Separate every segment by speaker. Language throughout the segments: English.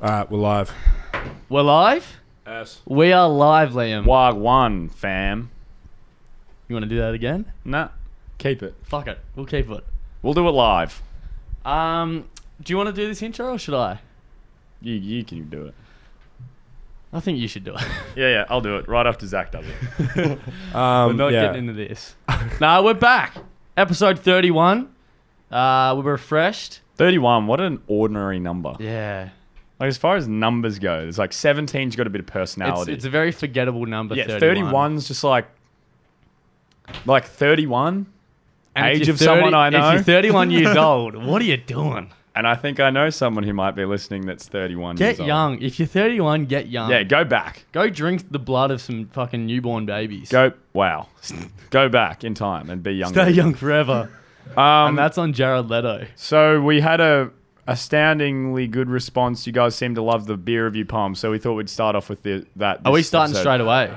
Speaker 1: All right, we're live.
Speaker 2: We're live.
Speaker 1: Yes.
Speaker 2: We are live, Liam.
Speaker 3: Wag one, fam.
Speaker 2: You want to do that again?
Speaker 3: Nah,
Speaker 1: Keep it.
Speaker 2: Fuck it. We'll keep it.
Speaker 3: we'll do it live.
Speaker 2: Um, do you want to do this intro or should I?
Speaker 3: You you can do it.
Speaker 2: I think you should do it.
Speaker 3: Yeah, yeah, I'll do it right after Zach does it.
Speaker 1: Um,
Speaker 2: we're not
Speaker 1: yeah.
Speaker 2: getting into this. no, we're back. Episode thirty-one. Uh, we're refreshed.
Speaker 3: Thirty-one. What an ordinary number.
Speaker 2: Yeah.
Speaker 3: Like as far as numbers go, it's like 17's got a bit of
Speaker 2: It's,
Speaker 3: personality.
Speaker 2: it's a very forgettable number.
Speaker 3: yeah,
Speaker 2: 31.
Speaker 3: 31's just like like thirty-one,
Speaker 2: And if
Speaker 3: Age
Speaker 2: you're
Speaker 3: of someone I
Speaker 2: If
Speaker 3: know.
Speaker 2: you're thirty-one years old, what are you doing?
Speaker 3: and I think I know someone who might be listening that's thirty-one.
Speaker 2: Get
Speaker 3: years old.
Speaker 2: young. If you're thirty-one, get young.
Speaker 3: Yeah, go back.
Speaker 2: Go drink the blood of some fucking newborn babies.
Speaker 3: Go wow. go back in time and be younger.
Speaker 2: Stay young forever.
Speaker 3: Um,
Speaker 2: and that's on Jared Leto.
Speaker 3: So we had a astoundingly good response. You guys seem to love the beer review poem, so we thought we'd start off with the, that.
Speaker 2: Are we starting straight away?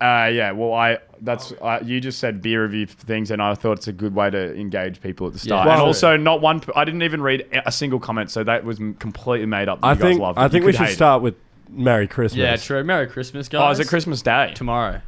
Speaker 3: Uh, yeah. Well, I that's I, you just said beer review things, and I thought it's a good way to engage people at the start.
Speaker 2: Yeah.
Speaker 3: and
Speaker 1: Well-
Speaker 3: also, not one. p- I didn't even read a single comment, so that was m- completely made up. That
Speaker 1: I
Speaker 3: you
Speaker 1: think
Speaker 3: guys loved it.
Speaker 1: I
Speaker 3: You
Speaker 1: think we
Speaker 3: could
Speaker 1: should
Speaker 3: hate it.
Speaker 1: start with Merry Christmas.
Speaker 2: Yeah, true. Merry Christmas, guys.
Speaker 3: Oh, is it Christmas Day?
Speaker 2: Tomorrow.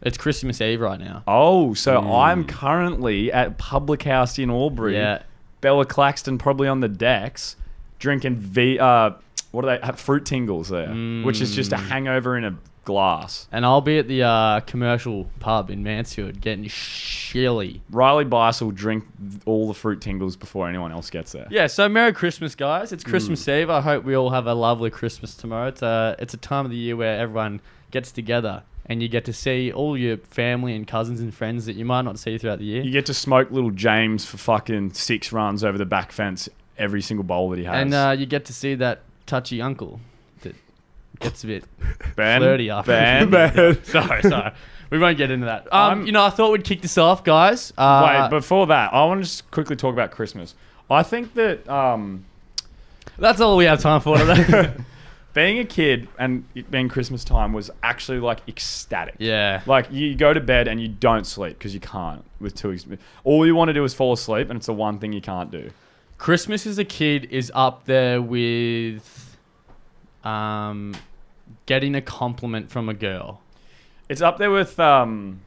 Speaker 2: It's Christmas Eve right now.
Speaker 3: Oh, so
Speaker 1: Mm.
Speaker 3: I'm currently at Public House in Albury.
Speaker 2: Yeah.
Speaker 3: Bella Claxton probably on the decks drinking V. Uh, what are they? Fruit tingles there, which is just a
Speaker 2: Mm.
Speaker 3: hangover in a glass.
Speaker 2: And I'll be at the uh, commercial pub in Mansfield getting shilly.
Speaker 3: Riley Bice will drink all the fruit tingles before anyone else gets there.
Speaker 2: Yeah, so Merry Christmas, guys. It's Christmas Eve. I hope we all have a lovely Christmas tomorrow. It's a, it's a time of the year where everyone gets together and you get to see all your family and cousins and friends that you might not see throughout the year.
Speaker 3: You get to smoke little James for fucking six runs over the back fence every single bowl that he has.
Speaker 2: And uh, you get to see that touchy uncle that gets a bit
Speaker 3: ben,
Speaker 2: flirty after.
Speaker 3: Ben,
Speaker 1: Man.
Speaker 2: sorry, sorry. We won't get into that. Um,
Speaker 3: I'm-
Speaker 2: you know, I thought we'd kick this off, guys. Uh,
Speaker 3: Wait, before that, I want to just quickly talk about Christmas. I think that um,
Speaker 2: that's all we have time for today.
Speaker 3: being a kid and it being Christmas time was actually like ecstatic.
Speaker 2: yeah.
Speaker 3: Like you go to bed and you don't sleep because you can't with two. Ex- all you want to do is fall asleep, and it's the one thing you can't do.
Speaker 2: Christmas as a kid is up there with um, getting a compliment from a girl.
Speaker 3: It's up there with um,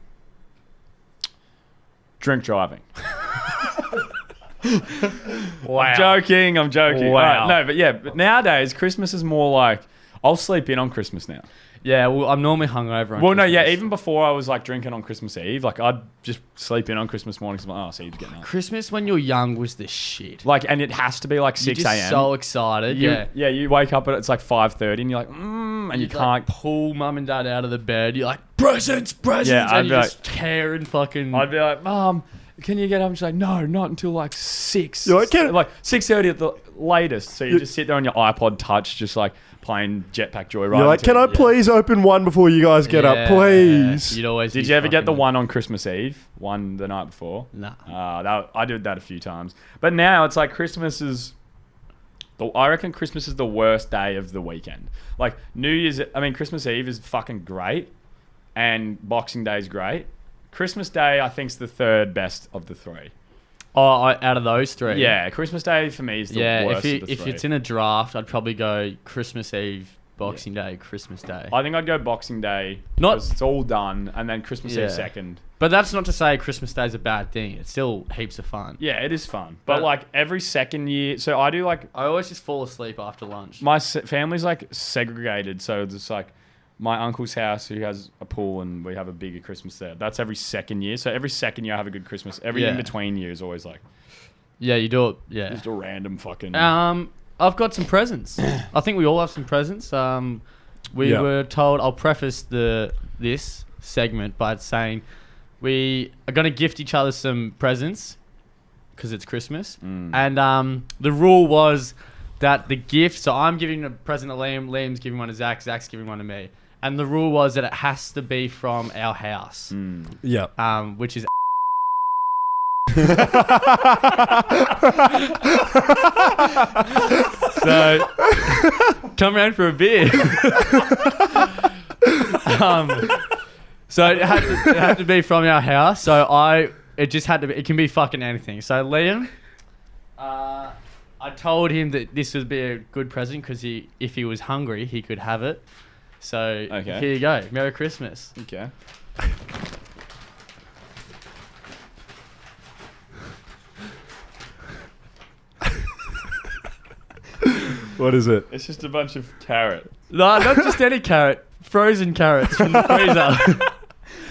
Speaker 3: drink driving.
Speaker 2: Wow.
Speaker 3: Joking, I'm joking.
Speaker 2: Wow.
Speaker 3: Alright, no, but yeah, but nowadays Christmas is more like I'll sleep in on Christmas now.
Speaker 2: Yeah, well, I'm normally hungover. On
Speaker 3: well, no, yeah,
Speaker 2: Christmas.
Speaker 3: even before I was like drinking on Christmas Eve, like I'd just sleep in on Christmas morning. 'cause I'm like, oh, so you're getting up.
Speaker 2: Christmas when you're young was the shit.
Speaker 3: Like, and it has to be like
Speaker 2: You're
Speaker 3: six
Speaker 2: just
Speaker 3: a.m.
Speaker 2: so excited.
Speaker 3: You-
Speaker 2: yeah.
Speaker 3: yeah, you wake up at it's like five thirty, and you're like, mm, and you
Speaker 2: You'd, like,
Speaker 3: can't.
Speaker 2: pull mum and dad out of the bed. You're like presents, presents,
Speaker 3: I'd
Speaker 2: and you
Speaker 3: be like-
Speaker 2: just tear and fucking.
Speaker 3: I'd be like, Mom, can you get up? And she's like, No, not until like six.
Speaker 1: You're like, "Can-
Speaker 3: like six thirty at the latest. So you just sit there on your iPod Touch, just like playing Jetpack Joyride.
Speaker 1: You're like,
Speaker 3: until-
Speaker 1: can I
Speaker 3: Yeah.
Speaker 1: please open one before you guys get up,
Speaker 2: Yeah,
Speaker 1: please?
Speaker 2: You'd always.
Speaker 3: Did
Speaker 2: be
Speaker 3: you ever get the
Speaker 2: fucking-
Speaker 3: one on Christmas Eve? One the night before.
Speaker 2: Nah.
Speaker 3: Uh, that, I did that a few times, but now it's like Christmas is. The, I reckon Christmas is the worst day of the weekend. Like New Year's, I mean Christmas Eve is fucking great, and Boxing Day is great. Christmas Day, I think, is the third best of the three.
Speaker 2: Oh, I- out of those three.
Speaker 3: Yeah, Christmas Day for me is the
Speaker 2: yeah.
Speaker 3: worst
Speaker 2: If you,
Speaker 3: of the
Speaker 2: if
Speaker 3: three.
Speaker 2: it's in a draft, I'd probably go Christmas Eve, Boxing Day, Christmas Day.
Speaker 3: I think I'd go Boxing Day.
Speaker 2: Not-
Speaker 3: 'cause it's all done, and then Christmas
Speaker 2: Yeah.
Speaker 3: Eve second.
Speaker 2: but that's not to say Christmas Day is a bad thing. It's still heaps of fun.
Speaker 3: Yeah, it is fun, but
Speaker 2: But-
Speaker 3: like every second year, so I do like
Speaker 2: I always just fall asleep after lunch.
Speaker 3: my se- family's like segregated, so it's like my uncle's house who has a pool and we have a bigger Christmas there. That's every second year. So every second year I have a good Christmas. Every
Speaker 2: Yeah.
Speaker 3: in between year is always like
Speaker 2: yeah, you do it. Yeah.
Speaker 3: just a random fucking.
Speaker 2: Um, I've got some presents. I think we all have some presents. Um, we
Speaker 1: Yeah.
Speaker 2: were told. I'll preface the this segment by saying we are going to gift each other some presents because it's Christmas. And um, the rule was that the gift. So I'm giving a present to Liam. Liam's giving one to Zach. Zach's giving one to me. And the rule was that it has to be from our house,
Speaker 1: Yeah.
Speaker 2: um, which is So come round for a beer. um, so it had, to, it had to be from our house. So I, it just had to be. It can be fucking anything. So Liam, uh, I told him that this would be a good present because he, if he was hungry, he could have it. So
Speaker 3: Okay.
Speaker 2: here you go. Merry Christmas.
Speaker 3: Okay.
Speaker 1: What is it?
Speaker 3: It's just a bunch of carrot.
Speaker 2: No, not just any carrot. Frozen carrots from the freezer.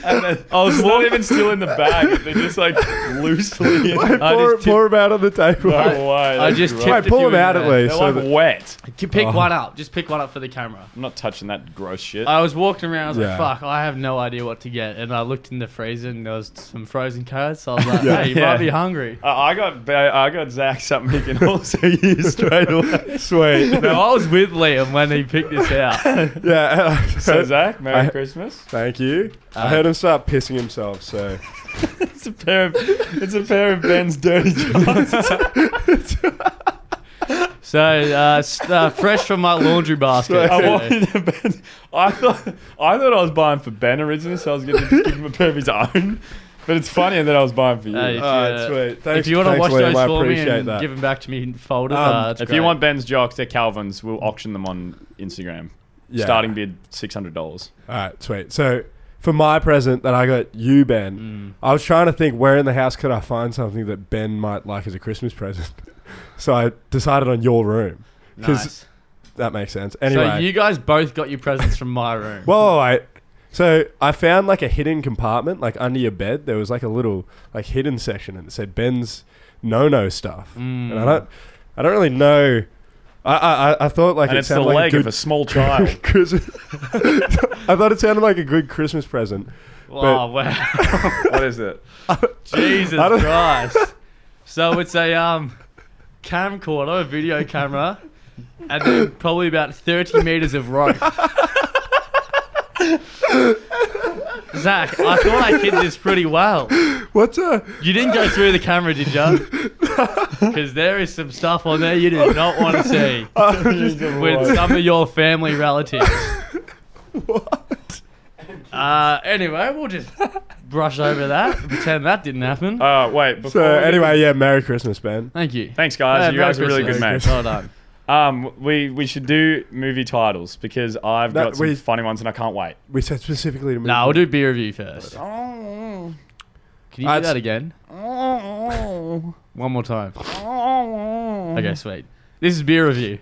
Speaker 3: And then, I was not even still in the bag. They're just like loosely. In,
Speaker 1: Wait,
Speaker 2: I
Speaker 1: pour,
Speaker 2: just
Speaker 1: pour 'em out on the table.
Speaker 3: no
Speaker 1: Wait,
Speaker 3: way.
Speaker 2: I
Speaker 3: that's
Speaker 2: just
Speaker 3: gross.
Speaker 2: tipped a
Speaker 1: pull
Speaker 2: few
Speaker 1: them
Speaker 2: in
Speaker 1: out at
Speaker 2: there.
Speaker 1: least.
Speaker 3: They're
Speaker 1: So
Speaker 3: like
Speaker 1: that,
Speaker 3: wet.
Speaker 2: To pick
Speaker 1: Oh.
Speaker 2: one up, just pick one up for the camera.
Speaker 3: I'm not touching that gross shit.
Speaker 2: I was walking around, I was
Speaker 1: Yeah.
Speaker 2: like, fuck, I have no idea what to get. And I looked in the freezer and there was some frozen carrots. So I was like,
Speaker 1: Yeah.
Speaker 2: hey, you
Speaker 3: Yeah.
Speaker 2: might be hungry.
Speaker 3: Uh, I got I got Zach something he can also use straight away.
Speaker 1: sweet.
Speaker 2: No, I was with Liam when he picked this out.
Speaker 1: yeah.
Speaker 3: So Zach, Merry
Speaker 1: I-
Speaker 3: Christmas.
Speaker 1: Thank you. I
Speaker 2: Uh,
Speaker 1: heard him start pissing himself, so
Speaker 3: It's a pair of it's a pair of Ben's dirty johns.
Speaker 2: So, uh, s- uh, fresh from my laundry basket.
Speaker 3: I
Speaker 1: Oh,
Speaker 3: wanted a Ben. I thought I thought I was buying for Ben originally, so I was going to give him a pair of his own. But it's funny that I was buying for you.
Speaker 2: Hey. If you,
Speaker 1: Alright,
Speaker 2: uh,
Speaker 1: Oh, sweet. Thanks,
Speaker 2: if you want to
Speaker 1: thanks,
Speaker 2: wash
Speaker 1: Liam,
Speaker 2: those
Speaker 1: I
Speaker 2: for me
Speaker 1: appreciate
Speaker 2: and
Speaker 1: that.
Speaker 2: give them back to me in folders,
Speaker 1: Um,
Speaker 2: uh, it's
Speaker 3: if
Speaker 2: great.
Speaker 3: you want Ben's jocks, they're Calvin's. We'll auction them on Instagram.
Speaker 1: Yeah.
Speaker 3: Starting bid six hundred dollars.
Speaker 1: All right, sweet. So for my present that I got you,
Speaker 3: Mm.
Speaker 1: Ben, I was trying to think where in the house could I find something that Ben might like as a Christmas present. so I decided on your room. 'Cause
Speaker 2: nice.
Speaker 1: that makes sense. Anyway,
Speaker 2: So you guys both got your presents from my room.
Speaker 1: Well, I so I found like a hidden compartment, like under your bed. There was like a little like hidden section, and it said Ben's no-no stuff.
Speaker 2: Mm.
Speaker 1: And I don't, I don't really know. I I, I- I thought like
Speaker 3: and
Speaker 1: it
Speaker 3: it's the
Speaker 1: sounded like
Speaker 3: leg
Speaker 1: a
Speaker 3: of
Speaker 1: good
Speaker 3: a small child.
Speaker 1: Christmas. I thought it sounded like a good Christmas present.
Speaker 2: oh, wow.
Speaker 3: what is it?
Speaker 2: Jesus
Speaker 1: I don't-
Speaker 2: Christ. so it's a um, camcorder, a video camera, and then probably about 30 meters of rope. Zach, I thought I hid this pretty well.
Speaker 1: What's a
Speaker 2: You didn't go through the camera, did you? Because there is some stuff on there you do not want to see with some of your family relatives.
Speaker 1: what?
Speaker 2: Uh, anyway, we'll just brush over that, pretend that didn't happen.
Speaker 3: Uh, wait. Before
Speaker 1: So
Speaker 3: we get-
Speaker 1: anyway, yeah. Merry Christmas, Ben.
Speaker 2: Thank you.
Speaker 3: thanks guys.
Speaker 2: Yeah,
Speaker 3: Uh, you
Speaker 2: Merry
Speaker 3: guys are really good
Speaker 2: Christmas.
Speaker 1: Merry
Speaker 3: mates.
Speaker 1: Christmas.
Speaker 2: Well done.
Speaker 3: Um, we we should do movie titles because I've
Speaker 1: No,
Speaker 3: got some
Speaker 1: we-
Speaker 3: funny ones and I can't wait.
Speaker 1: We said specifically to me.
Speaker 2: No, nah, we'll do beer review first. Can
Speaker 3: Oh,
Speaker 2: you
Speaker 1: Uh,
Speaker 2: do that again?
Speaker 3: oh,
Speaker 2: One more time.
Speaker 3: oh.
Speaker 2: Okay, sweet. This is beer review.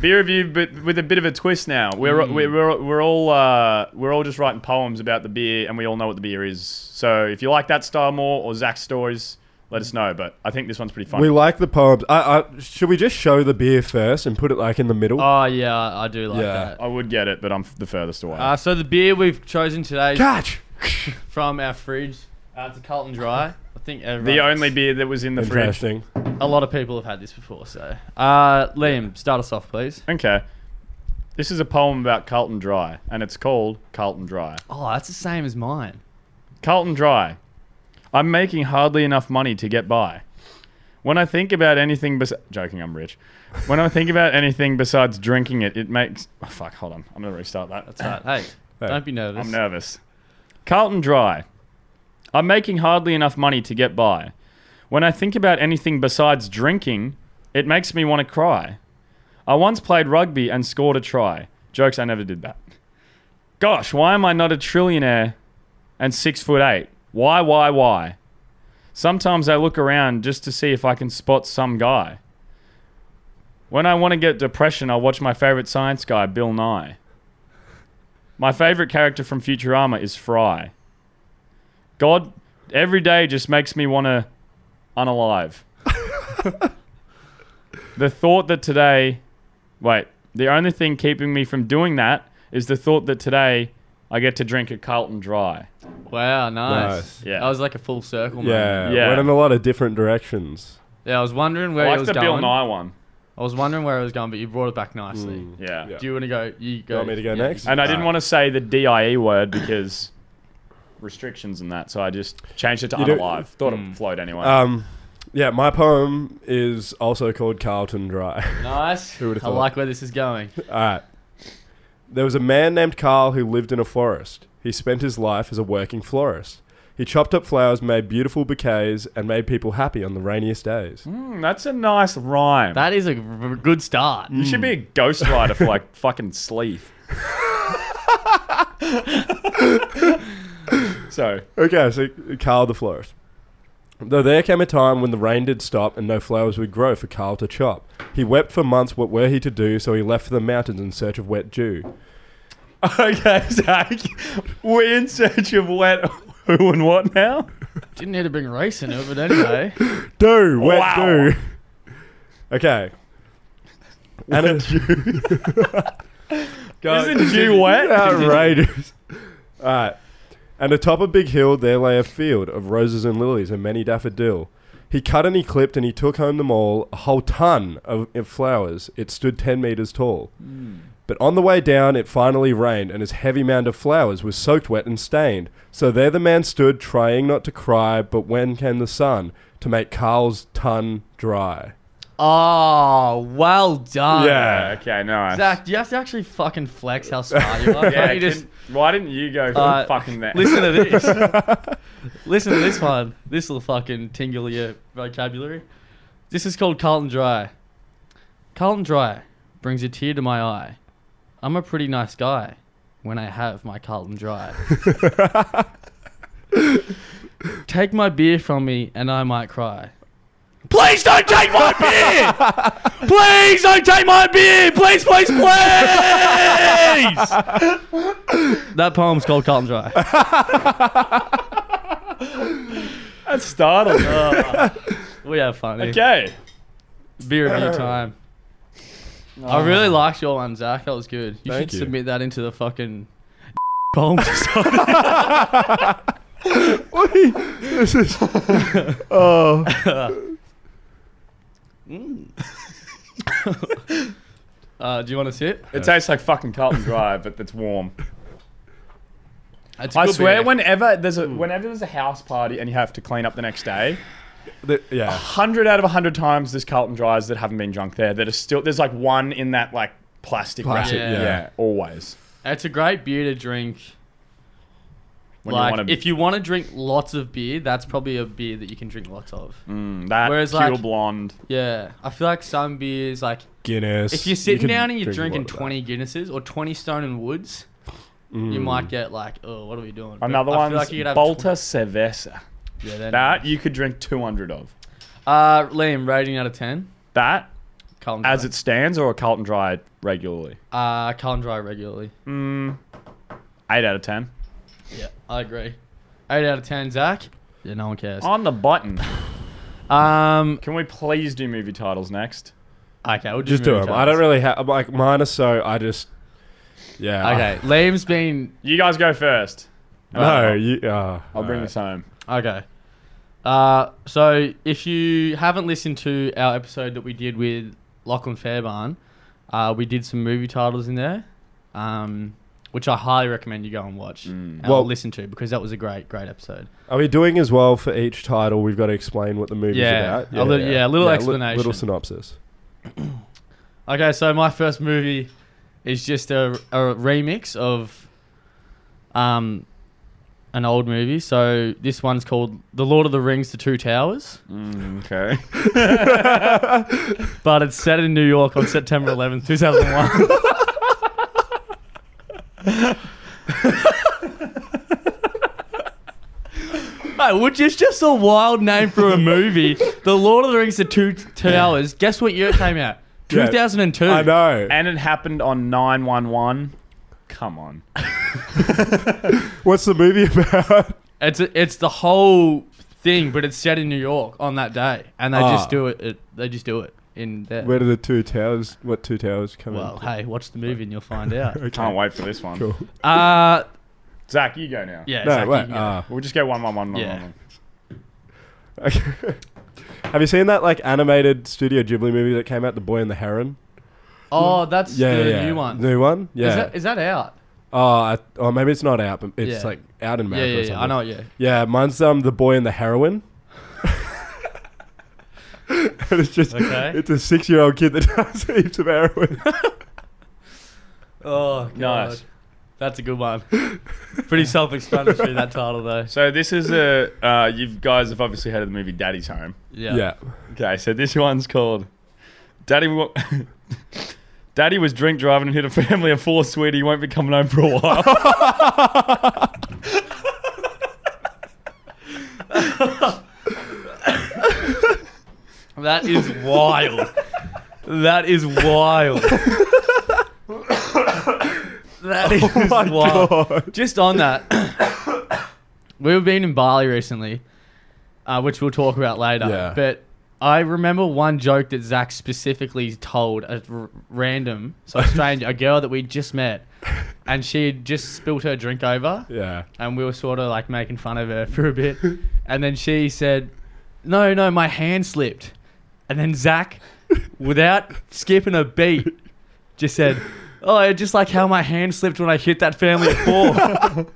Speaker 3: Beer review, but with a bit of a twist now. We're
Speaker 1: Hmm.
Speaker 3: we're, we're, we're all uh, we're all just writing poems about the beer, and we all know what the beer is. So if you like that style more or Zach's stories, let us know. But I think this one's pretty fun.
Speaker 1: We like the poems. I, I, should we just show the beer first and put it like in the middle?
Speaker 2: Oh yeah, I do like
Speaker 1: Yeah.
Speaker 2: that.
Speaker 3: I would get it, but I'm f- the furthest away.
Speaker 1: Ah,
Speaker 2: Uh, so the beer we've chosen today is
Speaker 1: Catch.
Speaker 2: from our fridge. Uh, it's a Carlton Dry. I think everyone,
Speaker 3: the only beer that was in the fridge.
Speaker 1: Interesting.
Speaker 2: a lot of people have had this before. So uh, Liam, start us off, please.
Speaker 3: Okay, this is a poem about Carlton Dry, and it's called Carlton Dry.
Speaker 2: Oh, that's the same as mine.
Speaker 3: Carlton Dry. I'm making hardly enough money to get by. When I think about anything bes- joking, I'm rich. When I think about anything besides drinking it, it makes oh, fuck. Hold on, I'm gonna restart that.
Speaker 2: That's right. Hey, don't be nervous.
Speaker 3: I'm nervous. Carlton Dry. I'm making hardly enough money to get by. When I think about anything besides drinking, it makes me want to cry. I once played rugby and scored a try. Jokes, I never did that. Gosh, why am I not a trillionaire and six foot eight? Why, why, why? Sometimes I look around just to see if I can spot some guy. When I want to get depression, I watch my favorite science guy, Bill Nye. My favorite character from Futurama is Fry. God, every day just makes me want to unalive. the thought that today, wait, the only thing keeping me from doing that is the thought that today I get to drink a Carlton Dry.
Speaker 2: Wow, nice.
Speaker 1: Nice.
Speaker 3: Yeah.
Speaker 2: that was like a full circle. moment.
Speaker 1: Yeah,
Speaker 3: Yeah.
Speaker 1: went in a lot of different directions.
Speaker 2: yeah. I was wondering where
Speaker 3: I
Speaker 2: it
Speaker 3: like
Speaker 2: was
Speaker 3: the
Speaker 2: going.
Speaker 3: Bill Nye one.
Speaker 2: I was wondering where it was going, but you brought it back nicely.
Speaker 3: Yeah.
Speaker 1: Yeah.
Speaker 2: Do you want to go? You go.
Speaker 1: want me to go next?
Speaker 3: And I didn't
Speaker 1: Alright.
Speaker 3: want to say the DIE word because restrictions and that, so I just changed it to
Speaker 1: You do-
Speaker 3: unalive. Hmm. Thought it would float anyway.
Speaker 1: Um, yeah, my poem is also called Carlton Dry.
Speaker 2: Nice.
Speaker 1: Who would've
Speaker 2: I
Speaker 1: thought?
Speaker 2: like where this is going.
Speaker 1: All right. There was a man named Carl who lived in a forest. He spent his life as a working florist. He chopped up flowers, made beautiful bouquets, and made people happy on the rainiest days.
Speaker 3: Mm, that's a nice rhyme.
Speaker 2: That is a r- good start.
Speaker 3: you should be a ghostwriter for like fucking Sleeth. so,
Speaker 1: Okay, so Carl the florist. Though there came a time when the rain did stop and no flowers would grow for Carl to chop. He wept for months what were he to do, so he left for the mountains in search of wet dew.
Speaker 3: okay, Zach, we're in search of what, who, and what now?
Speaker 2: Didn't need to bring race in it, but anyway.
Speaker 1: Dew, wet
Speaker 3: Wow.
Speaker 1: dew. okay. And it-
Speaker 2: Go.
Speaker 3: Isn't you wet?
Speaker 1: outrageous. All right. And atop a big hill there lay a field of roses and lilies and many daffodil. He cut and he clipped and he took home them all, a whole ton of, of flowers. It stood ten meters tall.
Speaker 2: Hmm.
Speaker 1: But on the way down, it finally rained, and his heavy mound of flowers was soaked wet and stained. So there the man stood, trying not to cry. But when came the sun to make Carl's ton dry?
Speaker 2: Oh, well done.
Speaker 1: Yeah.
Speaker 3: Okay, nice.
Speaker 2: Zach, do you have to actually fucking flex how smart you are?
Speaker 3: Yeah,
Speaker 2: Can't you
Speaker 3: can-
Speaker 2: just
Speaker 3: why didn't you go for
Speaker 2: Uh,
Speaker 3: fucking that?
Speaker 2: listen to this. listen to this one. This will fucking tingle your vocabulary. This is called Carlton Dry. Carlton Dry brings a tear to my eye. I'm a pretty nice guy when I have my Carlton Dry. Take my beer from me and I might cry. Please don't take my beer! Please don't take my beer! Please, please, please! that poem's called Carlton Dry.
Speaker 3: That's startling.
Speaker 2: We have fun. here.
Speaker 3: okay.
Speaker 2: Beer review time. I really liked your one, Zach. That was good. You
Speaker 1: Thank
Speaker 2: should
Speaker 1: you.
Speaker 2: submit that into the fucking poem.
Speaker 1: Oi, this is oh.
Speaker 2: uh, do you want to sit?
Speaker 3: It tastes like fucking Carlton Dry, but that's warm.
Speaker 2: It's a
Speaker 3: I
Speaker 2: good
Speaker 3: swear,
Speaker 2: beer. Hmm.
Speaker 3: whenever there's a whenever there's a house party and you have to clean up the next day,
Speaker 1: The- yeah.
Speaker 3: hundred out of hundred times there's Carlton Dries that haven't been drunk there that are still there's like one in that like plastic,
Speaker 1: Plastic,
Speaker 3: wrap.
Speaker 2: yeah.
Speaker 3: always.
Speaker 2: it's a great beer to drink.
Speaker 3: When
Speaker 2: like,
Speaker 3: you want to,
Speaker 2: if you want to drink lots of beer, that's probably a beer that you can drink lots of.
Speaker 3: mm, that
Speaker 2: whereas,
Speaker 3: whereas
Speaker 2: like-
Speaker 3: blonde,
Speaker 2: Yeah, I feel like some beers, like
Speaker 1: Guinness.
Speaker 2: if you're sitting
Speaker 1: You could
Speaker 2: down and you're
Speaker 1: drink a lot
Speaker 2: drinking
Speaker 1: of that.
Speaker 2: 20 Guinnesses or 20 Stone and Woods,
Speaker 1: Mm.
Speaker 2: you might get like, oh, what are we doing? But
Speaker 3: another
Speaker 2: I feel
Speaker 3: one's
Speaker 2: like you could have
Speaker 3: Bolta
Speaker 2: tw-
Speaker 3: Cerveza.
Speaker 2: yeah, they're
Speaker 3: That you could drink two hundred of.
Speaker 2: Uh, Liam, rating out of 10.
Speaker 3: That
Speaker 2: Carlton
Speaker 3: as
Speaker 2: Dry.
Speaker 3: it stands, or a Carlton Dry regularly.
Speaker 2: Uh, Carlton Dry regularly.
Speaker 3: Mm, eight out of ten.
Speaker 2: Yeah, I agree. 8 out of 10, Zach. Yeah, no one cares.
Speaker 3: On the button.
Speaker 2: Um,
Speaker 3: Can we please do movie titles next?
Speaker 2: okay, we'll
Speaker 1: Just do them. I don't really have like mine are so I just yeah.
Speaker 2: Okay, Liam's been.
Speaker 3: You guys go first.
Speaker 1: I- no, you. Uh,
Speaker 3: I'll bring this home.
Speaker 2: Okay. Uh, so if you haven't listened to our episode that we did with Lachlan Fairbairn, uh, we did some movie titles in there, um, which I highly recommend you go and watch and
Speaker 1: Mm. Well-
Speaker 2: listen to because that was a great, great episode.
Speaker 1: Are we doing as well for each title? We've got to explain what the movie's
Speaker 2: Yeah,
Speaker 1: about.
Speaker 2: a little- yeah, a little
Speaker 1: li-
Speaker 2: explanation.
Speaker 1: little synopsis.
Speaker 2: Okay, so my first movie is just a, a remix of um, an old movie. So this one's called The Lord of the Rings: The Two Towers,
Speaker 1: Mm.
Speaker 2: Mm,
Speaker 3: okay.
Speaker 2: but it's set in New York on September 11th, 2001. Mate, which is just a wild name for a movie. the Lord of the Rings: The Two Towers. Guess what year it came out?
Speaker 1: Yeah.
Speaker 2: 2002.
Speaker 1: I know.
Speaker 3: And it happened on 911. Come on.
Speaker 1: What's the movie about?
Speaker 2: It's it's the whole thing, but it's set in New York on that day, and they
Speaker 1: Ah.
Speaker 2: just do it, it. They just do it in there.
Speaker 1: Where do the two towers? What two towers come
Speaker 2: well,
Speaker 1: in?
Speaker 2: hey, watch the movie and you'll find out.
Speaker 1: Okay.
Speaker 3: Can't wait for this one.
Speaker 1: Cool.
Speaker 2: Uh
Speaker 3: Zach, you go now.
Speaker 2: yeah,
Speaker 1: No,
Speaker 2: Zach, you
Speaker 1: wait.
Speaker 2: can go.
Speaker 1: Uh,
Speaker 3: We'll just go one, one, one, one,
Speaker 2: Yeah.
Speaker 3: one, one.
Speaker 1: Ah. okay. Have you seen that like animated Studio Ghibli movie that came out, The Boy and the Heron?
Speaker 2: oh, that's
Speaker 1: Yeah,
Speaker 2: the
Speaker 1: yeah.
Speaker 2: new one.
Speaker 1: New one? Yeah.
Speaker 2: Is that is that out?
Speaker 1: oh, I, oh, maybe it's not out, but it's
Speaker 2: Yeah.
Speaker 1: like out in
Speaker 2: Yeah,
Speaker 1: America.
Speaker 2: yeah,
Speaker 1: or
Speaker 2: yeah.
Speaker 1: something.
Speaker 2: I know, yeah.
Speaker 1: Yeah, mine's um the boy and the heroin. and it's just
Speaker 2: Okay.
Speaker 1: it's a six year old kid that does heaps of heroin.
Speaker 2: Oh,
Speaker 3: Nice.
Speaker 2: That's a good one. Pretty self-explanatory that title though.
Speaker 3: So this is a uh, you guys have obviously heard of the movie Daddy's Home.
Speaker 2: Yeah.
Speaker 1: yeah.
Speaker 3: Okay, so this one's called Daddy. Wa- Daddy was drink driving and hit a family of four. Sweetie, you won't be coming home for a while.
Speaker 2: That is wild. that is wild.
Speaker 1: Oh
Speaker 2: that
Speaker 1: Oh
Speaker 2: is wild. Just on that, we were been in Bali recently, uh, which we'll talk about later.
Speaker 1: Yeah.
Speaker 2: But I remember one joke that Zach specifically told a r- random, so a stranger, a girl that we just met, and she had just spilt her drink over
Speaker 1: Yeah.
Speaker 2: and we were sort of like making fun of her for a bit. and then she said, No, no, my hand slipped. And then Zach, without skipping a beat, just said, Oh, yeah, just like how my hand slipped when I hit that family at four.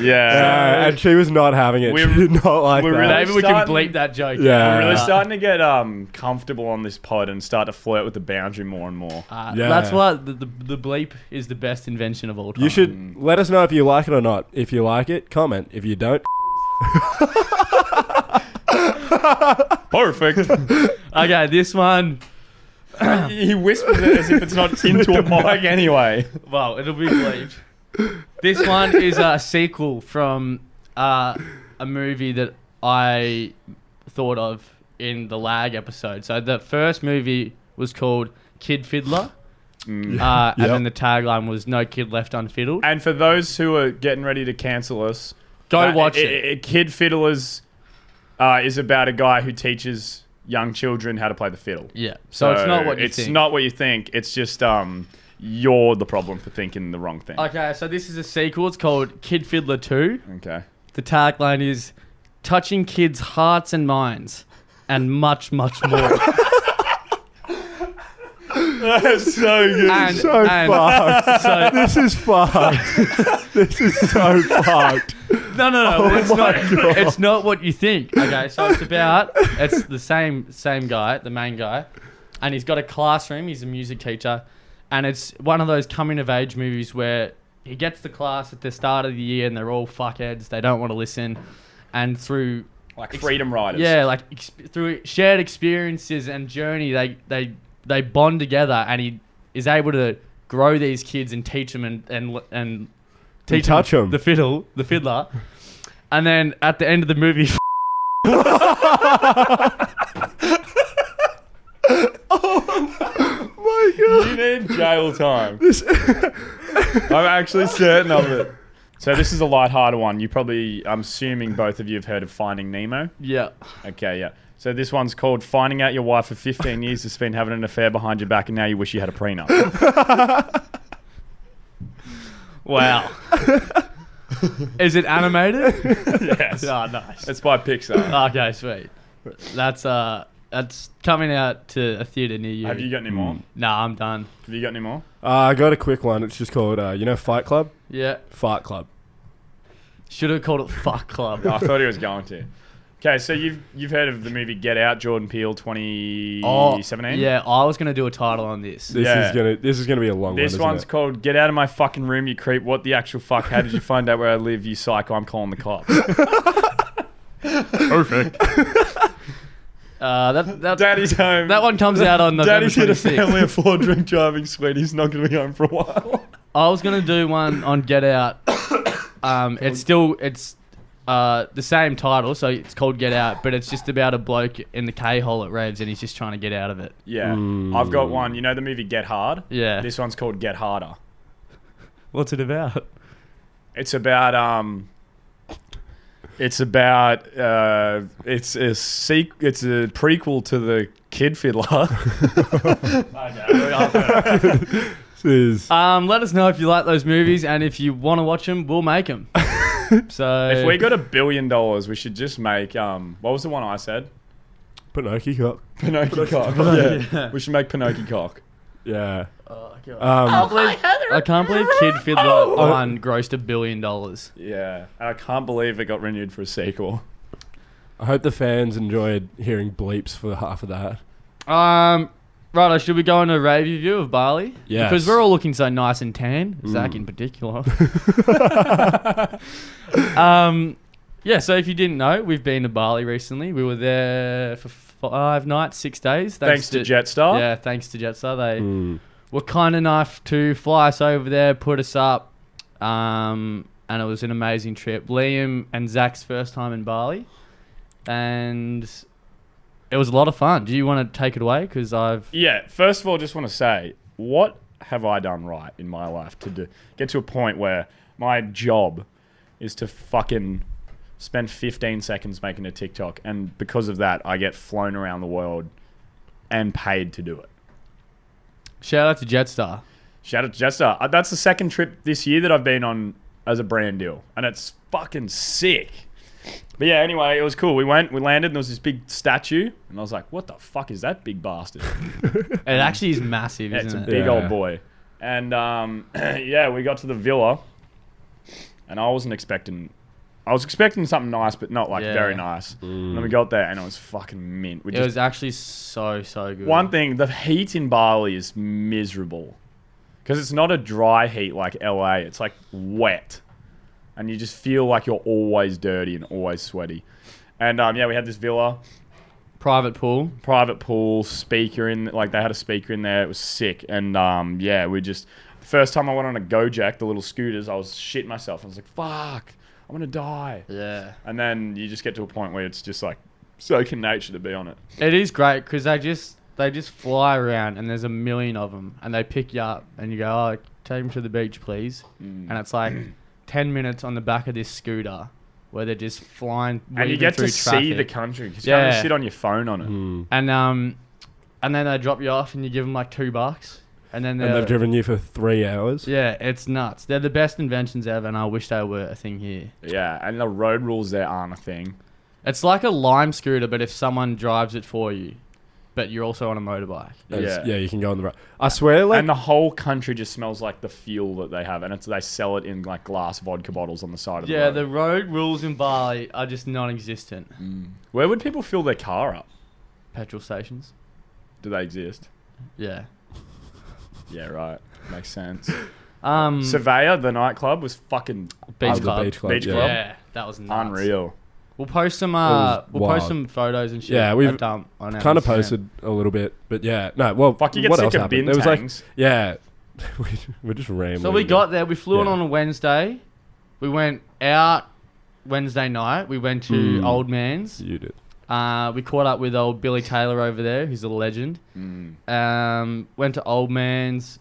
Speaker 1: Yeah,
Speaker 3: yeah.
Speaker 1: Uh, and she was not having it.
Speaker 3: Uh, We're-
Speaker 1: she did not like
Speaker 3: we're
Speaker 1: that.
Speaker 3: really-
Speaker 2: Maybe we can
Speaker 3: Starting-
Speaker 2: bleep that joke.
Speaker 1: Yeah.
Speaker 3: I'm really
Speaker 2: Uh,
Speaker 3: starting to get um comfortable on this pod and start to flirt with the boundary more and more.
Speaker 2: uh,
Speaker 1: Yeah.
Speaker 2: That's why the, the, the bleep is the best invention of all time.
Speaker 1: You
Speaker 3: Um,
Speaker 1: should let us know if you like it or not. If you like it, comment. If you don't,
Speaker 3: Perfect.
Speaker 2: Okay, this one.
Speaker 3: he whispers it as if it's not into a mic anyway.
Speaker 2: Well, it'll be believed. this one is a sequel from uh, a movie that I thought of in the lag episode. So the first movie was called Kid Fiddler,
Speaker 3: Mm. Uh,
Speaker 2: uh, and
Speaker 1: Yep.
Speaker 2: then the tagline was "No kid left unfiddled."
Speaker 3: And for those who are getting ready to cancel us,
Speaker 2: Go
Speaker 3: uh,
Speaker 2: watch
Speaker 3: i-
Speaker 2: it.
Speaker 3: i- Kid Fiddlers uh, is about a guy who teaches young children how to play the fiddle.
Speaker 2: yeah, so, it's not what you
Speaker 3: it's
Speaker 2: think.
Speaker 3: not what you think. It's just um, you're the problem for thinking the wrong thing.
Speaker 2: Okay, so this is a sequel. It's called Kid Fiddler Two.
Speaker 3: Okay.
Speaker 2: The tagline is "Touching kids' hearts and minds." And much, much more.
Speaker 3: That's so good.
Speaker 2: and,
Speaker 1: so
Speaker 2: and-
Speaker 1: fucked.
Speaker 2: so-
Speaker 1: this is fucked. this is so fucked.
Speaker 2: No, no, no. it's
Speaker 1: Oh my
Speaker 2: not.
Speaker 1: God.
Speaker 2: It's not what you think. Okay, so it's about it's the same same guy, the main guy, and he's got a classroom. He's a music teacher, and it's one of those coming of age movies where he gets the class at the start of the year, and they're all fuckheads. They don't want to listen, and through
Speaker 3: like Freedom Riders.
Speaker 2: yeah, like exp- through shared experiences and journey, they they they bond together, and he is able to grow these kids and teach them and and and teach
Speaker 1: touch 'em.
Speaker 2: the fiddle, the fiddler, and then at the end of the movie.
Speaker 1: My God.
Speaker 3: You need jail time.
Speaker 1: This-
Speaker 3: I'm actually certain of it. So this is a light-hearted one. You probably, I'm assuming both of you have heard of Finding Nemo.
Speaker 2: yeah,
Speaker 3: Okay, yeah. So this one's called "Finding Out Your Wife for 15 Years Has Been Having an Affair Behind Your Back and Now You Wish You Had a Prenup."
Speaker 2: wow. is it animated?
Speaker 3: yes,
Speaker 2: Ah, nice.
Speaker 3: it's by Pixar.
Speaker 2: Okay, sweet. That's uh, that's coming out to a theater near you.
Speaker 3: Have you got any more?
Speaker 2: Nah, I'm done.
Speaker 3: Have you got any more?
Speaker 1: uh, I got a quick one. It's just called, uh, you know, Fight Club?
Speaker 2: Yeah,
Speaker 1: Fight Club.
Speaker 2: should have called it Fuck Club.
Speaker 3: No, Oh, I thought he was going to. Okay, so you've you've heard of the movie Get Out, Jordan Peele, 2017.
Speaker 2: Oh, Yeah, I was gonna do a title on this.
Speaker 1: This
Speaker 3: Yeah.
Speaker 1: is gonna. This is gonna be a long
Speaker 3: This
Speaker 1: one.
Speaker 3: one's called "Get Out of My Fucking Room, You Creep." What the actual fuck? How did you find out where I live, you psycho? I'm calling the cops. Perfect.
Speaker 2: Uh, that that
Speaker 3: Daddy's home.
Speaker 2: that one comes out on November
Speaker 3: Daddy's hit a
Speaker 2: 26th.
Speaker 3: family of four drink driving sweet. He's not going to be home for a while.
Speaker 2: I was gonna do one on Get Out. Um, it's still it's uh the same title, so it's called Get Out, but it's just about a bloke in the K hole at raves and he's just trying to get out of it.
Speaker 3: Yeah, I've got one. You know the movie Get Hard?
Speaker 2: Hmm. Yeah.
Speaker 3: This one's called Get Harder.
Speaker 2: What's it about?
Speaker 3: It's about um. It's about uh, it's a sequ- it's a prequel to the Kid Fiddler.
Speaker 1: This is-
Speaker 2: Um, let us know if you like those movies and if you want to watch them, we'll make them. so
Speaker 3: if we got a billion dollars, we should just make um. What was the one I said?
Speaker 1: Pinocchio Cup.
Speaker 3: Pinocchio cock. Yeah. we should make Pinocchio cock.
Speaker 1: Yeah.
Speaker 2: oh, God.
Speaker 1: Um,
Speaker 2: I can't believe Kid Fiddler
Speaker 3: Oh.
Speaker 2: one grossed a billion dollars.
Speaker 3: Yeah, and I can't believe it got renewed for a sequel.
Speaker 1: I hope the fans enjoyed hearing bleeps for half of that.
Speaker 2: Um, Righto, should we go on a rave review of Bali?
Speaker 1: Yes.
Speaker 2: Because we're all looking so nice and tan,
Speaker 3: Mm.
Speaker 2: Zach in particular. um, yeah, so if you didn't know, we've been to Bali recently. We were there for five nights, six days.
Speaker 3: Thanks, to, Jetstar.
Speaker 2: Yeah, thanks to Jetstar. They
Speaker 1: Mm.
Speaker 2: were kind enough to fly us over there, put us up, um, and it was an amazing trip. Liam and Zach's first time in Bali, and it was a lot of fun. Do you want to take it away? Because I've
Speaker 3: Yeah. First of all, just want to say, what have I done right in my life to do, get to a point where my job is to fucking spend 15 seconds making a TikTok, and because of that, I get flown around the world and paid to do it.
Speaker 2: shout out to Jetstar.
Speaker 3: Shout out to Jester. Uh, That's the second trip this year that I've been on as a brand deal, and it's fucking sick. But yeah, anyway, it was cool. We went, we landed, and there was this big statue, and I was like, "What the fuck is that big bastard?"
Speaker 2: It actually is massive,
Speaker 3: Yeah, it's a
Speaker 2: isn't it?
Speaker 3: big
Speaker 1: Yeah.
Speaker 3: old boy. And um, yeah, we got to the villa, and I wasn't expecting. I was expecting something nice, but not like
Speaker 2: Yeah.
Speaker 3: very nice. And then we got there, and it was fucking mint. We
Speaker 2: It
Speaker 3: just
Speaker 2: was actually so so good.
Speaker 3: one thing, the heat in Bali is miserable because it's not a dry heat like LA. It's like wet, and you just feel like you're always dirty and always sweaty. And um, yeah, we had this villa,
Speaker 2: private pool.
Speaker 3: private pool, speaker in. Like they had a speaker in there. It was sick. And um, yeah, we just the first time I went on a GoJack, the little scooters, I was shitting myself. I was like, "Fuck, I'm gonna die."
Speaker 2: Yeah,
Speaker 3: And then you just get to a point where it's just like soaking nature to be on it.
Speaker 2: it is great because they just they just fly around and there's a million of them and they pick you up and you go, oh, take them to the beach, please.
Speaker 3: Mm.
Speaker 2: And it's like ten minutes on the back of this scooter where they're just flying.
Speaker 3: and you
Speaker 2: weaving
Speaker 3: get to
Speaker 2: through
Speaker 3: see the
Speaker 2: traffic.
Speaker 3: country because you have
Speaker 2: Yeah.
Speaker 3: to sit on your phone on it.
Speaker 2: and um, and then they drop you off and you give them like two bucks and then
Speaker 1: And
Speaker 2: they're-
Speaker 1: they've driven you for three hours.
Speaker 2: Yeah, it's nuts. They're the best inventions ever, and I wish they were a thing here.
Speaker 3: Yeah, and the road rules there aren't a thing.
Speaker 2: It's like a lime scooter, but if someone drives it for you, but you're also on a motorbike.
Speaker 1: Yeah.
Speaker 3: Yeah.
Speaker 1: yeah, you can go on the road. I swear, like
Speaker 3: and the whole country just smells like the fuel that they have, and it's, they sell it in like glass vodka bottles on the side of
Speaker 2: Yeah,
Speaker 3: the
Speaker 2: the
Speaker 3: road.
Speaker 2: road rules in Bali are just non-existent.
Speaker 3: Where would people fill their car up?
Speaker 2: Petrol stations.
Speaker 3: Do they exist?
Speaker 2: Yeah.
Speaker 3: Yeah, right. Makes sense.
Speaker 2: Um,
Speaker 3: Surveyor, the nightclub, was fucking
Speaker 2: beach
Speaker 1: the
Speaker 2: club.
Speaker 1: beach club.
Speaker 3: Beach
Speaker 1: yeah.
Speaker 3: club?
Speaker 2: Yeah, that was nuts.
Speaker 3: unreal.
Speaker 2: We'll post some. Uh,
Speaker 1: It was
Speaker 2: we'll post
Speaker 1: wild.
Speaker 2: some photos and shit.
Speaker 1: Yeah, we've
Speaker 2: at dump on our
Speaker 1: Kind of
Speaker 2: Instagram.
Speaker 1: posted a little bit, but yeah, no. Well,
Speaker 3: Fuck, you get
Speaker 1: what
Speaker 3: sick
Speaker 1: else
Speaker 3: of
Speaker 1: happened?
Speaker 3: bin
Speaker 1: It was like,
Speaker 3: tangs.
Speaker 1: yeah, we, we're just rambling.
Speaker 2: So we got there. We flew in
Speaker 1: Yeah.
Speaker 2: on a Wednesday. We went out Wednesday night. We went to
Speaker 1: Mm.
Speaker 2: Old Man's.
Speaker 1: You did.
Speaker 2: Uh, we caught up with old Billy Taylor over there, who's a legend.
Speaker 3: Mm.
Speaker 2: Um, went to Old Man's,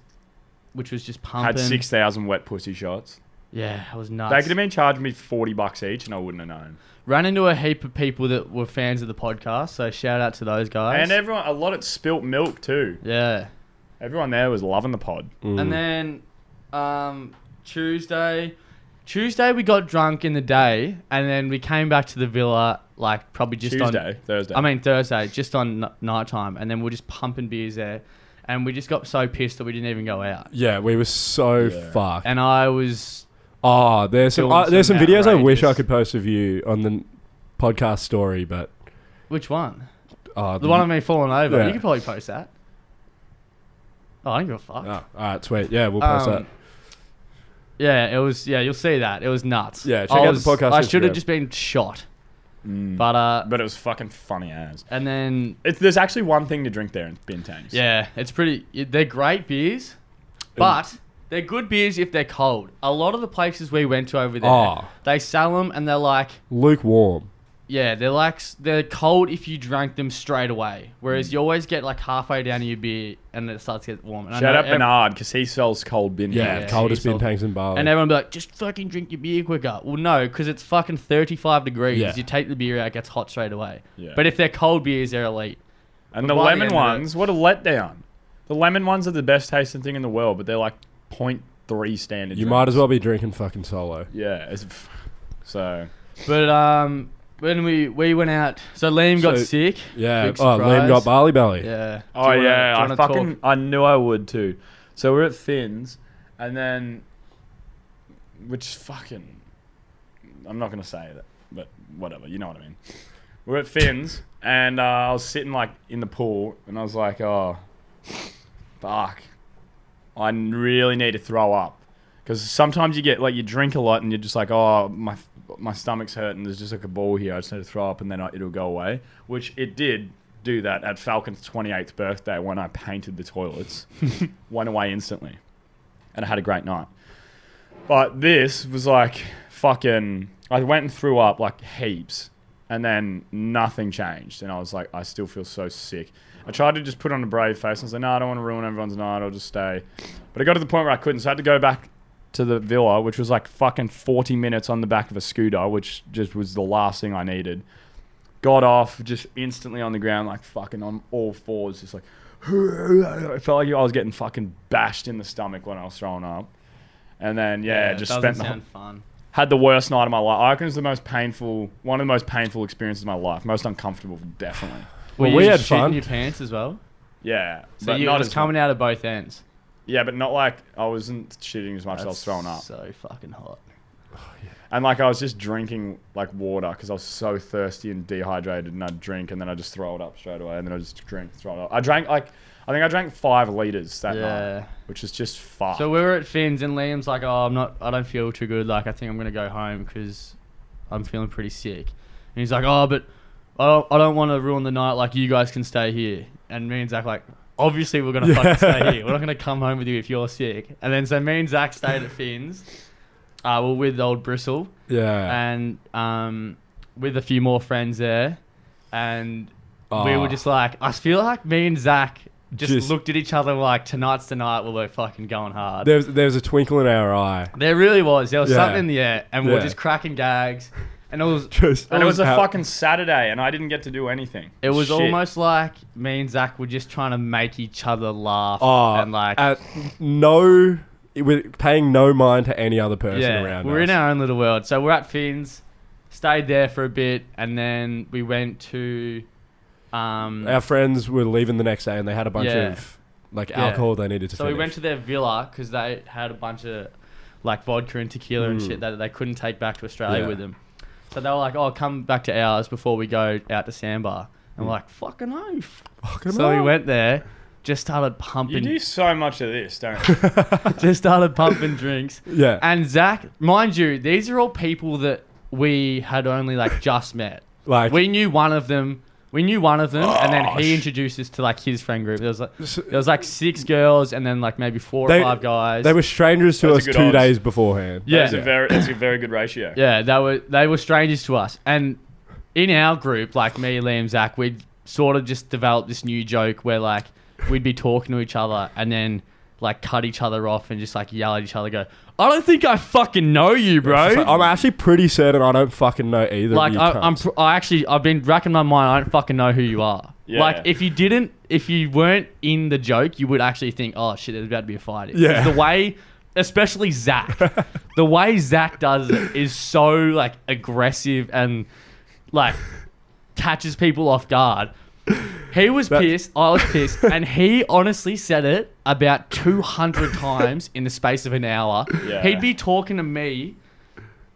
Speaker 2: which was just pumping.
Speaker 3: Had six thousand wet pussy shots.
Speaker 2: Yeah, it was
Speaker 3: They
Speaker 2: nuts.
Speaker 3: could have been charging me forty bucks each, and I wouldn't have known.
Speaker 2: Ran into a heap of people that were fans of the podcast, so shout out to those guys.
Speaker 3: And everyone, a lot of spilt milk too.
Speaker 2: yeah,
Speaker 3: Everyone there was loving the pod.
Speaker 2: and then um, Tuesday, Tuesday we got drunk in the day, and then we came back to the villa like probably just on
Speaker 3: Tuesday, Thursday.
Speaker 2: I mean Thursday, just on n- night time, and then we we're just pumping beers there, and we just got so pissed that we didn't even go out.
Speaker 1: Yeah, we were so
Speaker 3: Yeah.
Speaker 1: fucked.
Speaker 2: And I was
Speaker 1: Ah, there's some
Speaker 2: Doing
Speaker 1: uh, there's
Speaker 2: some
Speaker 1: some videos I wish I
Speaker 2: outrageous-
Speaker 1: could post of you on the n- podcast story, but
Speaker 2: which one?
Speaker 1: uh,
Speaker 2: The one of me falling over.
Speaker 1: Yeah.
Speaker 2: You could probably post that. Oh, I don't give a fuck.
Speaker 1: Oh, all right, sweet. Yeah, we'll post
Speaker 2: Um,
Speaker 1: that.
Speaker 2: Yeah, it was. Yeah, you'll see that. It was nuts.
Speaker 1: Yeah, check
Speaker 2: I
Speaker 1: out the
Speaker 2: was-
Speaker 1: podcast
Speaker 2: I should have
Speaker 1: Instagram.
Speaker 2: just been shot,
Speaker 3: Mm.
Speaker 2: but uh,
Speaker 3: but it was fucking funny as.
Speaker 2: and then
Speaker 3: It's, there's actually one thing to drink there in bin tanks.
Speaker 2: yeah, it's pretty. y- They're great beers, but they're good beers if they're cold. A lot of the places we went to over there,
Speaker 1: Oh.
Speaker 2: they sell them and they're like,
Speaker 1: Lukewarm.
Speaker 2: yeah, they're like s- they're cold if you drank them straight away. Whereas
Speaker 1: Mm.
Speaker 2: you always get like halfway down to your beer and it starts to get warm. And I
Speaker 3: Shout
Speaker 2: know
Speaker 3: out
Speaker 2: ev-
Speaker 3: Bernard because he sells cold bin
Speaker 1: Yeah,
Speaker 2: Yeah,
Speaker 3: tanks.
Speaker 1: coldest
Speaker 2: geez,
Speaker 1: bin
Speaker 2: so-
Speaker 1: tanks in Bali.
Speaker 2: And everyone be like, just fucking drink your beer quicker. Well, no, because it's fucking 35 degrees.
Speaker 1: Yeah.
Speaker 2: You take the beer out, it gets hot straight away.
Speaker 3: Yeah.
Speaker 2: But if they're cold beers, they're elite.
Speaker 3: And the
Speaker 2: But by the
Speaker 3: lemon
Speaker 2: end of
Speaker 3: ones, what a letdown. The lemon ones are the best tasting thing in the world, but they're like 0.3 standard.
Speaker 1: you
Speaker 3: drinks.
Speaker 1: might as well be drinking fucking solo.
Speaker 3: Yeah. It's, f- so
Speaker 2: But um, when we, we went out, so Liam got
Speaker 1: So-
Speaker 2: sick.
Speaker 1: Yeah.
Speaker 2: Big
Speaker 1: Oh, Liam
Speaker 2: surprise.
Speaker 1: got Bali Belly.
Speaker 2: Yeah. Do
Speaker 3: Oh
Speaker 2: you wanna-
Speaker 3: yeah,
Speaker 2: do you
Speaker 3: I
Speaker 2: wanna
Speaker 3: fucking
Speaker 2: talk?
Speaker 3: I knew I would too. So we're at Finn's, and then, which fucking, I'm not gonna say that, but whatever, you know what I mean. We're at Finn's, and uh, I was sitting like in the pool, and I was like, oh, Fuck. I n- really need to throw up. Because sometimes you get, like, you drink a lot and you're just like, oh, my, my stomach's hurting. There's just like a ball here. I just need to throw up and then I, it'll go away. Which it did do that at Falcon's 28th birthday when I painted the toilets. Went away instantly. And I had a great night. But this was like fucking. I went and threw up like heaps, and then nothing changed. And I was like, I still feel so sick. I tried to just put on a brave face and say, No, I don't want to ruin everyone's night. I'll just stay. But it got to the point where I couldn't, so I had to go back to the villa, which was like fucking 40 minutes on the back of a scooter, which just was the last thing I needed. Got off just instantly on the ground, like fucking on all fours, just like. It felt like I was getting fucking bashed in the stomach when I was throwing up. And then yeah,
Speaker 2: it
Speaker 3: just
Speaker 2: doesn't
Speaker 3: spent the
Speaker 2: sound fun.
Speaker 3: had the worst night of my life. I reckon it's the most painful, one of the most painful experiences of my life. Most uncomfortable, definitely.
Speaker 1: Well,
Speaker 2: Were
Speaker 1: we
Speaker 2: you
Speaker 1: had
Speaker 2: shitting
Speaker 1: fun.
Speaker 2: Your pants as well.
Speaker 3: Yeah,
Speaker 2: So
Speaker 3: but
Speaker 2: you
Speaker 3: not
Speaker 2: it
Speaker 3: as
Speaker 2: was coming out of both ends.
Speaker 3: Yeah, but not like I wasn't shitting as much as I was throwing up,
Speaker 2: So fucking hot.
Speaker 3: and like I was just drinking like water because I was so thirsty and dehydrated, and I'd drink and then I just throw it up straight away, and then I just drink, throw it up. I drank like I think I drank five liters that
Speaker 2: Yeah.
Speaker 3: night, which is just fucked.
Speaker 2: So we were at Finn's and Liam's like, oh, I'm not, I don't feel too good. Like, I think I'm gonna go home because I'm feeling pretty sick. And he's like, oh, but I don't, I don't want to ruin the night. Like, you guys can stay here. And me and Zach like, obviously we're gonna fucking stay here. We're not gonna come home with you if you're sick. And then so me and Zach stayed at Finn's. Uh, we're with old Bristle
Speaker 1: Yeah.
Speaker 2: and um, with a few more friends there, and we
Speaker 1: Ah.
Speaker 2: were just like, I feel like me and Zach just,
Speaker 1: Just-
Speaker 2: looked at each other like, tonight's the night where we're fucking going hard. There,
Speaker 1: There's there's a twinkle in our eye.
Speaker 2: really was. There was
Speaker 1: Yeah.
Speaker 2: something in the air, and we were
Speaker 1: Yeah.
Speaker 2: just cracking gags, and it was
Speaker 1: Just
Speaker 3: and it was a
Speaker 1: how-
Speaker 3: fucking Saturday, and I didn't get to do anything.
Speaker 2: it was
Speaker 3: Shit.
Speaker 2: almost like me and Zach were just trying to make each other laugh
Speaker 1: Ah,
Speaker 2: and like.
Speaker 1: at no, we're paying no mind to any other person
Speaker 2: yeah,
Speaker 1: around
Speaker 2: we're
Speaker 1: us.
Speaker 2: in our own little world. So we're at Finn's, stayed there for a bit, and then we went to um,
Speaker 1: Our friends were leaving the next day, and they had a bunch
Speaker 2: Yeah.
Speaker 1: of like
Speaker 2: Yeah.
Speaker 1: alcohol they needed to.
Speaker 2: So we
Speaker 1: finish.
Speaker 2: went to their villa because they had a bunch of like vodka and tequila and shit that they couldn't take back to Australia
Speaker 1: Mm. Yeah.
Speaker 2: with them. So they were like, "Oh, come back to ours before we go out to Sandbar." And
Speaker 1: Mm.
Speaker 2: we're like, "Fucking oaf!"
Speaker 1: Fucking
Speaker 2: so we
Speaker 1: hell.
Speaker 2: went there, just started
Speaker 3: You
Speaker 2: pumping,
Speaker 3: do so much of this, don't you?
Speaker 2: just started pumping drinks.
Speaker 1: Yeah.
Speaker 2: And Zach, mind you, these are all people that we had only like just met.
Speaker 1: like
Speaker 2: We knew one of them. We knew one of them, and then he
Speaker 3: sh-
Speaker 2: introduced us to like his friend group. There was like there was like six girls, and then like maybe four
Speaker 1: They-
Speaker 2: or five guys.
Speaker 1: they were strangers to
Speaker 3: That's a
Speaker 1: us
Speaker 3: good
Speaker 1: two
Speaker 3: odds.
Speaker 1: days beforehand.
Speaker 2: Yeah.
Speaker 3: That's a very, that's a very good ratio.
Speaker 2: Yeah, they were they were strangers to us, and in our group, like me, Liam, Zach, we'd sort of just developed this new joke where like we'd be talking to each other and then like cut each other off and just like yell at each other, go, I don't think I fucking know you, bro.
Speaker 1: It's like, I'm actually pretty certain I don't fucking know either.
Speaker 2: like
Speaker 1: of you
Speaker 2: I, I'm,
Speaker 1: cunts.
Speaker 2: pr- I actually I've been racking my mind. I don't fucking know who you are.
Speaker 3: Yeah.
Speaker 2: Like if you didn't, if you weren't in the joke, you would actually think, oh shit, there's about to be a fight. here." 'Cause
Speaker 1: Yeah.
Speaker 2: The way, especially Zach, the way Zach does it is so like aggressive and like catches people off guard. He was
Speaker 1: That's-
Speaker 2: pissed. I was pissed, and he honestly said it about 200 times in the space of an hour.
Speaker 3: Yeah.
Speaker 2: He'd be talking to me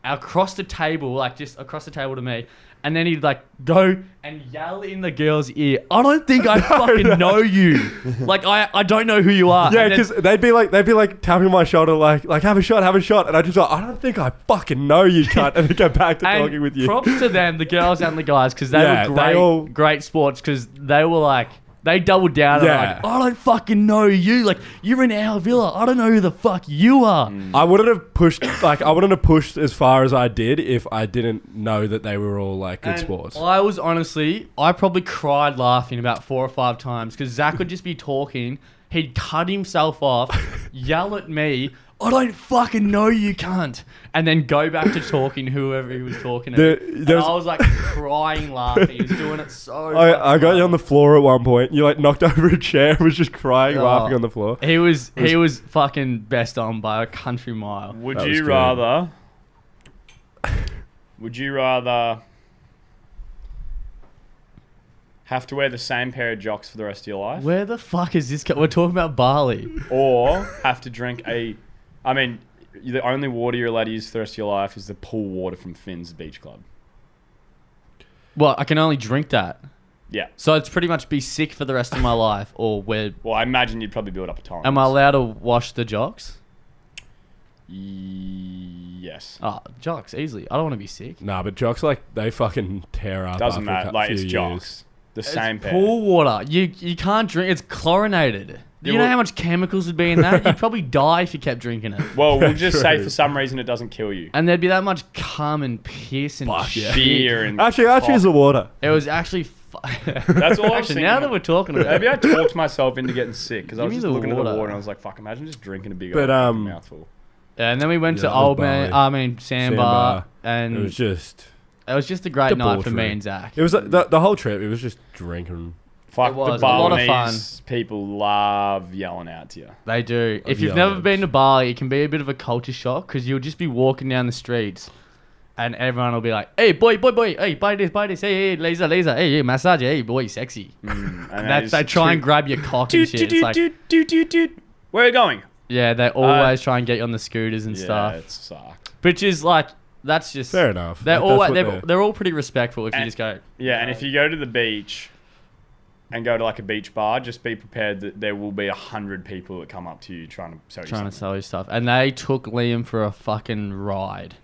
Speaker 2: across the table, like just across the table to me, and then he'd like go and yell in the girl's ear. I don't think I fucking know you. Like I, I don't know who you are.
Speaker 1: yeah,
Speaker 2: And then-
Speaker 1: because they'd be like they'd be like tapping my shoulder, like like have a shot, have a shot, and I just like I don't think I fucking know you, cunt, and then go back to
Speaker 2: and
Speaker 1: talking with you.
Speaker 2: Props to them, the girls and the guys, because they
Speaker 1: Yeah,
Speaker 2: were
Speaker 1: they
Speaker 2: great,
Speaker 1: all-
Speaker 2: great sports. Because they were like, they doubled down.
Speaker 1: Yeah.
Speaker 2: And were like, I don't fucking know you. Like you're in our villa. I don't know who the fuck you are.
Speaker 1: I wouldn't have pushed like I wouldn't have pushed as far as I did if I didn't know that they were all like good
Speaker 2: And
Speaker 1: sports.
Speaker 2: I was honestly, I probably cried laughing about four or five times because Zach would just be talking. He'd cut himself off, yell at me, I don't fucking know you cunt, and then go back to talking whoever he was talking to.
Speaker 1: There-
Speaker 2: and
Speaker 1: there's-
Speaker 2: I was like crying laughing. He was doing it so.
Speaker 1: I, I got you on
Speaker 2: fucking
Speaker 1: the floor at one point. You like knocked over a chair, and was just crying,
Speaker 2: Oh.
Speaker 1: laughing on the floor.
Speaker 2: hard. He was he was fucking best on by a country mile.
Speaker 3: Would
Speaker 1: That was
Speaker 3: you
Speaker 1: good.
Speaker 3: rather? Would you rather have to wear the same pair of jocks for the rest of your life,
Speaker 2: Where the fuck is this? Co- We're talking about Bali.
Speaker 3: or have to drink a? I mean, the only water you're allowed to use for the rest of your life is the pool water from Finn's Beach Club.
Speaker 2: Well, I can only drink that.
Speaker 3: Yeah.
Speaker 2: So it's pretty much be sick for the rest of my life, or where
Speaker 3: Well, I imagine you'd probably build up a tolerance.
Speaker 2: am I allowed to wash the jocks?
Speaker 3: Yes.
Speaker 2: Ah, jocks easily. I don't want to be sick.
Speaker 1: Nah, but jocks like they fucking tear up.
Speaker 3: Doesn't
Speaker 1: after a
Speaker 3: matter.
Speaker 1: cou-
Speaker 3: Like
Speaker 1: few
Speaker 3: it's
Speaker 1: years.
Speaker 3: jocks. The same
Speaker 2: it's
Speaker 3: pair.
Speaker 2: pool water. You you can't drink. It's chlorinated. Do
Speaker 3: Yeah,
Speaker 2: you know
Speaker 3: well-
Speaker 2: how much chemicals would be in that? You'd probably die if you kept drinking it.
Speaker 3: Well, we'll just say
Speaker 1: True.
Speaker 3: for some reason it doesn't kill you.
Speaker 2: And there'd be that much cum and piss and
Speaker 1: Fuck, yeah.
Speaker 2: Ah, shit.
Speaker 3: Beer and
Speaker 1: Actually, actually, is the water.
Speaker 2: It was actually. Fu-
Speaker 3: That's all I've
Speaker 2: actually,
Speaker 3: seen.
Speaker 2: Now that we're talking about
Speaker 3: Maybe I
Speaker 2: it,
Speaker 3: talked myself into getting sick because I
Speaker 2: Give
Speaker 3: was
Speaker 2: me
Speaker 3: just
Speaker 2: the
Speaker 3: looking at the
Speaker 2: water.
Speaker 3: water and I was like, "Fuck!" Imagine just drinking a big
Speaker 1: But,
Speaker 3: old
Speaker 1: um,
Speaker 3: mouthful.
Speaker 2: and then we went
Speaker 1: Yeah,
Speaker 2: to
Speaker 1: that was
Speaker 2: Old Man.
Speaker 1: Bali.
Speaker 2: I mean,
Speaker 1: Sandbar.
Speaker 2: Sandbar, and
Speaker 1: It was just.
Speaker 2: just a great night for me
Speaker 1: debauchery.
Speaker 2: and Zach.
Speaker 1: It was like, the, the whole trip. It was just drinking.
Speaker 3: Fuck
Speaker 2: It was
Speaker 3: the
Speaker 2: a lot of
Speaker 3: Balinese
Speaker 2: fun.
Speaker 3: people love yelling out to you.
Speaker 2: They do.
Speaker 1: Of
Speaker 2: If
Speaker 1: young
Speaker 2: you've never
Speaker 1: age.
Speaker 2: been to Bali, it can be a bit of a culture shock because you'll just be walking down the streets and everyone will be like, hey, boy, boy, boy, hey, buy this, buy this, hey, hey, laser, laser, hey, hey, massage, hey, boy, sexy.
Speaker 3: Mm,
Speaker 2: And
Speaker 3: and
Speaker 2: that, they try and grab your cock and
Speaker 3: Doot,
Speaker 2: shit.
Speaker 3: doot,
Speaker 2: It's
Speaker 3: doot,
Speaker 2: like,
Speaker 3: doot, doot, doot, doot. Where are you going?
Speaker 2: yeah,
Speaker 1: Uh,
Speaker 2: they always try and get you on the scooters and
Speaker 3: yeah,
Speaker 2: stuff,
Speaker 3: it sucked.
Speaker 2: which is like, that's just.
Speaker 1: Fair enough.
Speaker 2: They're
Speaker 1: Like, that's
Speaker 2: all
Speaker 1: what
Speaker 2: they're, they're all pretty respectful if you
Speaker 3: And-
Speaker 2: just go.
Speaker 3: Yeah, and if you go to the beach and go to like a beach bar, just be prepared that there will be a hundred people that come up to you trying to sell you
Speaker 2: trying to
Speaker 3: something.
Speaker 2: sell you stuff, and they took Liam for a fucking ride.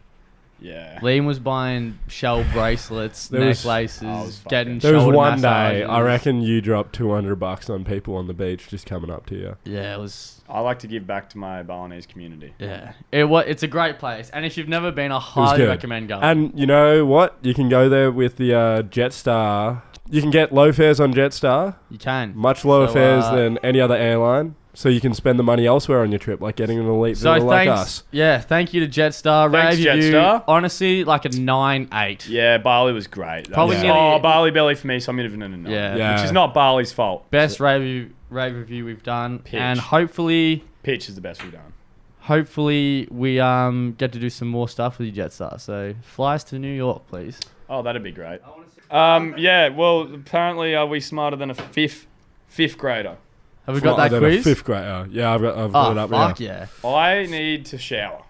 Speaker 3: Yeah.
Speaker 2: Liam was buying shell bracelets,
Speaker 1: There was-
Speaker 2: necklaces,
Speaker 3: I Oh, was fucking-
Speaker 2: getting
Speaker 1: there was
Speaker 2: shoulder
Speaker 1: one day I
Speaker 2: massages.
Speaker 1: reckon you dropped two hundred bucks on people on the beach just coming up to you.
Speaker 2: Yeah, it was.
Speaker 3: I like to give back to my Balinese community.
Speaker 2: Yeah, it was. It's a great place, and if you've never been, I
Speaker 1: was
Speaker 2: highly
Speaker 1: good.
Speaker 2: recommend going.
Speaker 1: And you know what? You can go there with the uh, Jetstar. You can get low fares on Jetstar,
Speaker 2: you can.
Speaker 1: much lower
Speaker 2: So, uh,
Speaker 1: fares than any other airline. So you can spend the money elsewhere on your trip, like getting an elite
Speaker 2: so
Speaker 1: villa like
Speaker 2: thanks.
Speaker 1: us.
Speaker 2: Yeah, thank you to Jetstar.
Speaker 3: Thanks,
Speaker 2: Rave review.
Speaker 3: Jetstar.
Speaker 2: Honestly, like a nine eight.
Speaker 3: Yeah, Bali was great. That
Speaker 2: Probably
Speaker 3: was-
Speaker 2: nearly-
Speaker 3: oh, Bali belly for me, so I'm giving it a nine.
Speaker 2: Yeah.
Speaker 1: Yeah.
Speaker 3: Which is not Bali's fault.
Speaker 2: Best rave review, rave review we've done,
Speaker 3: Pitch.
Speaker 2: and hopefully,
Speaker 3: Pitch is the best we've done.
Speaker 2: hopefully we um get to do some more stuff with you, Jetstar. So fly us to New York, please.
Speaker 3: Oh, that'd be great. Um, yeah. Well, apparently, are we smarter than a fifth fifth grader?
Speaker 2: Have we got that
Speaker 1: Smarter than a
Speaker 2: quiz?
Speaker 1: Fifth grader. Yeah, I've got. I've got it
Speaker 2: Oh
Speaker 1: up
Speaker 2: fuck
Speaker 1: now.
Speaker 2: yeah!
Speaker 3: I need to shower.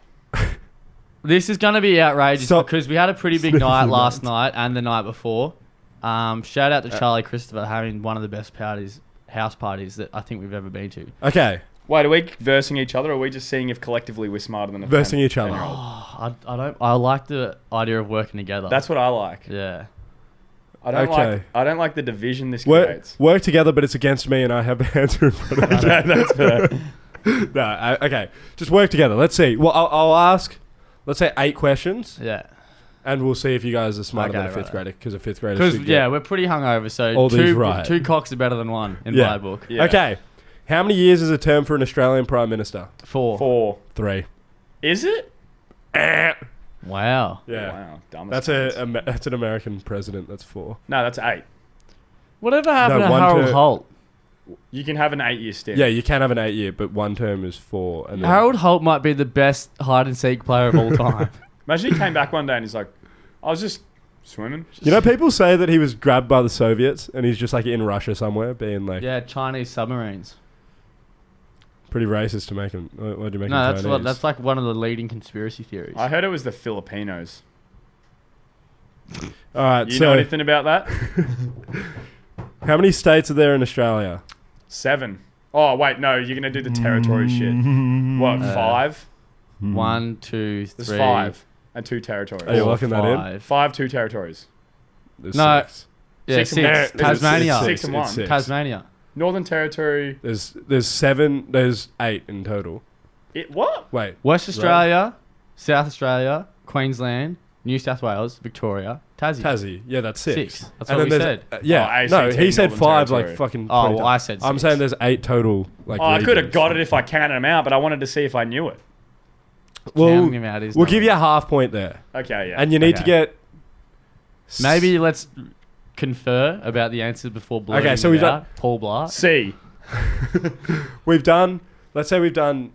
Speaker 2: This is gonna be outrageous
Speaker 1: Stop.
Speaker 2: because we had a pretty big
Speaker 1: Sniffles
Speaker 2: night
Speaker 1: and
Speaker 2: last night and the night before. Um, shout out to Charlie Christopher having one of the best parties, house parties that I think we've ever been to.
Speaker 1: Okay,
Speaker 3: Wait, are we versing each other? Or are we just seeing if collectively we're smarter than a
Speaker 1: Versing
Speaker 3: ten-
Speaker 1: each other.
Speaker 3: ten-year-old?
Speaker 2: Oh, I, I don't. I like the idea of working together.
Speaker 3: That's what I like.
Speaker 2: yeah.
Speaker 3: I don't like.
Speaker 1: Okay.
Speaker 3: I don't like the division this
Speaker 1: work,
Speaker 3: creates.
Speaker 1: work together, but it's against me, and I have the answer in front of me.
Speaker 3: Okay, that's fair.
Speaker 1: no, I, okay, just work together. Let's see. Well, I'll, I'll ask. Let's say eight questions,
Speaker 2: Yeah.
Speaker 1: and we'll see if you guys are smarter than
Speaker 2: Okay,
Speaker 1: a fifth
Speaker 2: right.
Speaker 1: grader because a fifth grader.
Speaker 2: Because
Speaker 1: should get-
Speaker 2: yeah, we're pretty hungover, so
Speaker 1: All these
Speaker 2: two
Speaker 1: right.
Speaker 2: two cocks are better than one in
Speaker 1: Yeah.
Speaker 2: my book.
Speaker 3: Yeah.
Speaker 1: Okay. How many years is a term for an Australian prime minister?
Speaker 2: Four.
Speaker 3: Four.
Speaker 1: Three.
Speaker 3: Is it?
Speaker 2: Wow.
Speaker 1: Yeah.
Speaker 3: Wow. Dumb as
Speaker 1: That's a, um,
Speaker 3: cunts.
Speaker 1: a ma- that's an American president. That's four.
Speaker 3: no, that's eight.
Speaker 2: Whatever happened
Speaker 1: No,
Speaker 2: to
Speaker 1: one
Speaker 2: Harold
Speaker 1: to-
Speaker 2: Holt?
Speaker 3: You can have an eight-year stint.
Speaker 1: Yeah, you can have an eight year, but one term is four. And then
Speaker 2: Harold Holt might be the best hide and seek player of all time.
Speaker 3: Imagine he came back one day and he's like, "I was just swimming."
Speaker 1: You know, people say that he was grabbed by the Soviets, and he's just like in Russia somewhere, being like
Speaker 2: yeah, Chinese submarines.
Speaker 1: pretty racist to make him. What, what do you make
Speaker 2: No,
Speaker 1: him
Speaker 2: that's
Speaker 1: Chinese?
Speaker 2: what, that's like one of the leading conspiracy theories.
Speaker 3: I heard it was the Filipinos.
Speaker 1: All right.
Speaker 3: You
Speaker 1: so,
Speaker 3: know anything about that?
Speaker 1: how many states are there in Australia?
Speaker 3: Seven. Oh wait, no, you're gonna do the territory shit. What
Speaker 1: Mm.
Speaker 2: Uh,
Speaker 3: five?
Speaker 2: One, two,
Speaker 3: There's
Speaker 2: three,
Speaker 3: five and
Speaker 1: Are Oh,
Speaker 3: two
Speaker 1: you
Speaker 3: territories.
Speaker 2: four,
Speaker 1: locking that in?
Speaker 2: five.
Speaker 3: Five, two territories.
Speaker 1: There's
Speaker 2: No.
Speaker 1: six.
Speaker 2: Yeah, six.
Speaker 3: Six and-
Speaker 1: There's- there's
Speaker 2: Tasmania.
Speaker 1: Six,
Speaker 3: Six and
Speaker 1: it's
Speaker 3: one.
Speaker 1: six.
Speaker 2: Tasmania.
Speaker 3: Northern Territory.
Speaker 1: There's there's seven. There's eight in total.
Speaker 3: It what?
Speaker 1: Wait,
Speaker 2: West Australia, South Australia, Queensland, New South Wales, Victoria, Tassie.
Speaker 1: Tassie. Yeah, that's six.
Speaker 2: Six. That's what we
Speaker 1: there's-
Speaker 2: said.
Speaker 1: uh, yeah.
Speaker 3: Oh,
Speaker 1: no,
Speaker 3: ACT,
Speaker 1: he said
Speaker 3: Northern
Speaker 1: five. Like
Speaker 3: Territory.
Speaker 1: fucking.
Speaker 2: Oh,
Speaker 1: 20
Speaker 2: well, I said
Speaker 1: I'm
Speaker 2: six.
Speaker 1: saying there's eight total. Like.
Speaker 3: Oh, I could have
Speaker 1: regions.
Speaker 3: got it if I counted them out, but I wanted to see if I knew it.
Speaker 1: Well,
Speaker 2: Counting 'em out is
Speaker 1: we'll
Speaker 2: not-
Speaker 1: give you a half point there,
Speaker 3: Okay, yeah.
Speaker 1: and you need to
Speaker 2: Okay.
Speaker 1: get.
Speaker 2: Maybe let's confer about the answers before blurting
Speaker 1: Okay, so
Speaker 2: it
Speaker 1: we've
Speaker 2: out. Paul Blart.
Speaker 3: C.
Speaker 1: we've done. Let's say we've done.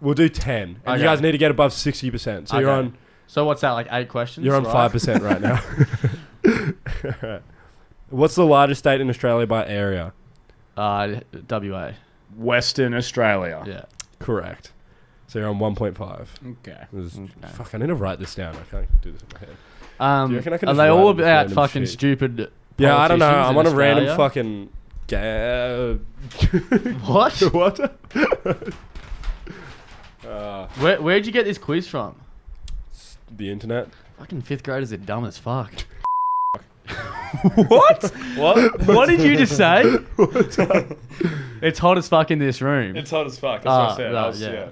Speaker 1: We'll do ten, and
Speaker 2: Okay.
Speaker 1: you guys need to get above sixty percent. So you're
Speaker 2: Okay.
Speaker 1: on.
Speaker 2: So what's that, like eight questions?
Speaker 1: You're on
Speaker 2: right?
Speaker 1: five percent right now. Alright. What's the largest state in Australia by area?
Speaker 2: Uh, WA.
Speaker 3: Western Australia.
Speaker 2: Yeah.
Speaker 1: Correct. So you're on one point five.
Speaker 3: Okay.
Speaker 2: Mm,
Speaker 1: Fuck, I need to write this down. I can't do this in my head.
Speaker 2: Um,
Speaker 1: reckon I can
Speaker 2: are
Speaker 1: just
Speaker 2: they
Speaker 1: write
Speaker 2: all
Speaker 1: on this
Speaker 2: about
Speaker 1: random
Speaker 2: fucking
Speaker 1: sheet?
Speaker 2: stupid
Speaker 1: Yeah, I don't know.
Speaker 2: politicians
Speaker 1: I'm on
Speaker 2: in
Speaker 1: a random
Speaker 2: Australia.
Speaker 1: fucking. Ga-
Speaker 2: What?
Speaker 1: what? uh,
Speaker 2: Where, where'd you get this quiz from?
Speaker 1: the internet.
Speaker 2: Fucking fifth graders are dumb as fuck.
Speaker 3: What?
Speaker 2: What? what did you just say? it's hot as fuck in this room.
Speaker 3: It's hot as fuck. That's what
Speaker 2: Ah,
Speaker 3: I said.
Speaker 2: right,
Speaker 3: I was,
Speaker 2: yeah.
Speaker 3: yeah.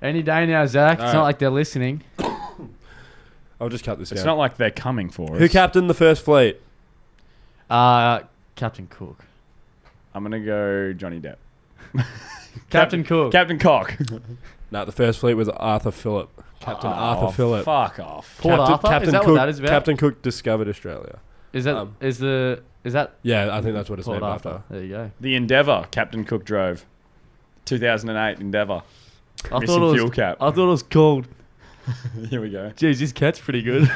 Speaker 2: Any day now, Zach. It's
Speaker 1: Alright.
Speaker 2: not like they're listening.
Speaker 1: I'll just cut this
Speaker 3: It's
Speaker 1: down.
Speaker 3: not like they're coming for us.
Speaker 1: Who captained the first fleet?
Speaker 2: Uh, Captain Cook.
Speaker 3: I'm gonna go Johnny Depp.
Speaker 2: Captain Cook.
Speaker 3: Captain Cock.
Speaker 1: No, the first fleet was Arthur Phillip. Captain
Speaker 3: Oh,
Speaker 1: Arthur Phillip.
Speaker 3: Fuck off.
Speaker 1: Captain,
Speaker 2: Port Arthur? Is
Speaker 1: Captain
Speaker 2: that what
Speaker 1: Cook,
Speaker 2: that is about?
Speaker 1: Captain Cook discovered Australia.
Speaker 2: is that is
Speaker 1: um,
Speaker 2: the is that
Speaker 1: Yeah, I think that's what it's
Speaker 2: Port
Speaker 1: named
Speaker 2: Arthur?
Speaker 1: after.
Speaker 2: There you go.
Speaker 3: The Endeavour. Captain Cook drove. 2008 Endeavour.
Speaker 2: I
Speaker 3: Missing
Speaker 2: thought it
Speaker 3: fuel
Speaker 2: was.
Speaker 3: cap.
Speaker 2: I thought it was called.
Speaker 3: Here we go.
Speaker 2: Jeez, this cat's pretty good.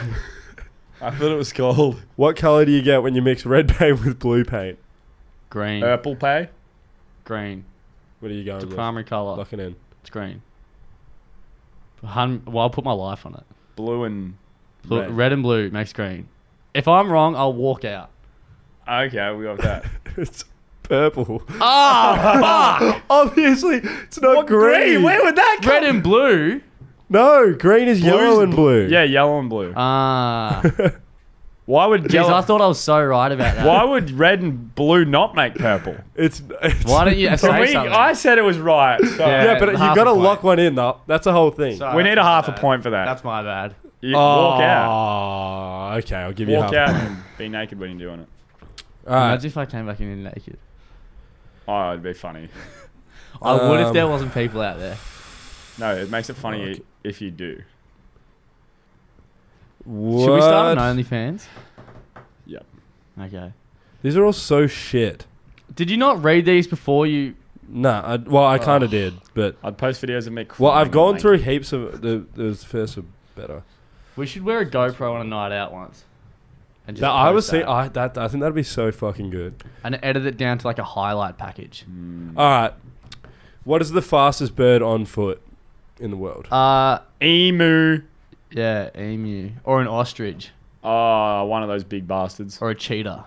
Speaker 3: I thought it was called
Speaker 1: What color do you get when you mix red paint with blue paint?
Speaker 2: green,
Speaker 3: Purple Pay.
Speaker 2: green.
Speaker 1: What are you
Speaker 2: It's
Speaker 1: going
Speaker 2: a
Speaker 1: with?
Speaker 2: primary color.
Speaker 1: Locking in.
Speaker 2: It's green. Hun- well, I'll put my life on it.
Speaker 3: Blue and
Speaker 2: Blue-
Speaker 3: red.
Speaker 2: red. and blue makes green. If I'm wrong, I'll walk out.
Speaker 3: Okay, we got that.
Speaker 1: it's purple.
Speaker 2: Uh, Ah, fuck!
Speaker 1: Obviously, it's not green.
Speaker 3: would that
Speaker 2: Red and blue.
Speaker 1: No, green is yellow and blue.
Speaker 3: Yeah, yellow and blue.
Speaker 2: Ah,
Speaker 3: Why would
Speaker 2: jeez, I
Speaker 3: yellow?
Speaker 2: thought I was so right about that.
Speaker 3: Why would red and blue not make purple?
Speaker 1: It's, it's
Speaker 2: Why don't you say
Speaker 3: So we,
Speaker 2: something?
Speaker 3: I said it was right. So
Speaker 1: Yeah,
Speaker 2: Yeah,
Speaker 1: but you
Speaker 2: half
Speaker 1: got to
Speaker 2: a point.
Speaker 1: lock one in though. That's the whole thing.
Speaker 2: Sorry,
Speaker 3: we need a
Speaker 2: that's
Speaker 3: half a
Speaker 2: bad.
Speaker 3: point for that.
Speaker 2: That's my bad.
Speaker 3: You walk
Speaker 2: uh,
Speaker 3: out.
Speaker 1: Oh, okay. I'll give you
Speaker 3: Walk
Speaker 1: half.
Speaker 3: out and be naked when you're doing it.
Speaker 1: All right.
Speaker 2: Imagine if I came back in here naked.
Speaker 3: Oh, it'd be funny.
Speaker 2: I would if there
Speaker 1: Um,
Speaker 2: wasn't people out there.
Speaker 3: No, it makes it funny
Speaker 1: Okay.
Speaker 3: if you do.
Speaker 1: What?
Speaker 2: Should we start on OnlyFans?
Speaker 3: Yep.
Speaker 2: Okay.
Speaker 1: These are all so shit.
Speaker 2: Did you not read these before you?
Speaker 1: Nah. I, well, I kind of
Speaker 2: Ugh.
Speaker 1: did, but
Speaker 3: I'd post videos of me.
Speaker 1: well, I've gone
Speaker 3: crying
Speaker 1: through
Speaker 3: naked.
Speaker 1: heaps of the the first are better.
Speaker 2: We should wear a GoPro on a night out once. And
Speaker 1: That, I
Speaker 2: post
Speaker 1: was saying,
Speaker 2: that.
Speaker 1: I that I think that'd be so fucking good.
Speaker 2: and edit it down to like a highlight package.
Speaker 1: All right. What is the fastest bird on foot in the world?
Speaker 2: Uh,
Speaker 3: emu.
Speaker 2: yeah, emu or an ostrich
Speaker 3: Oh, one of those big bastards.
Speaker 2: or a cheetah.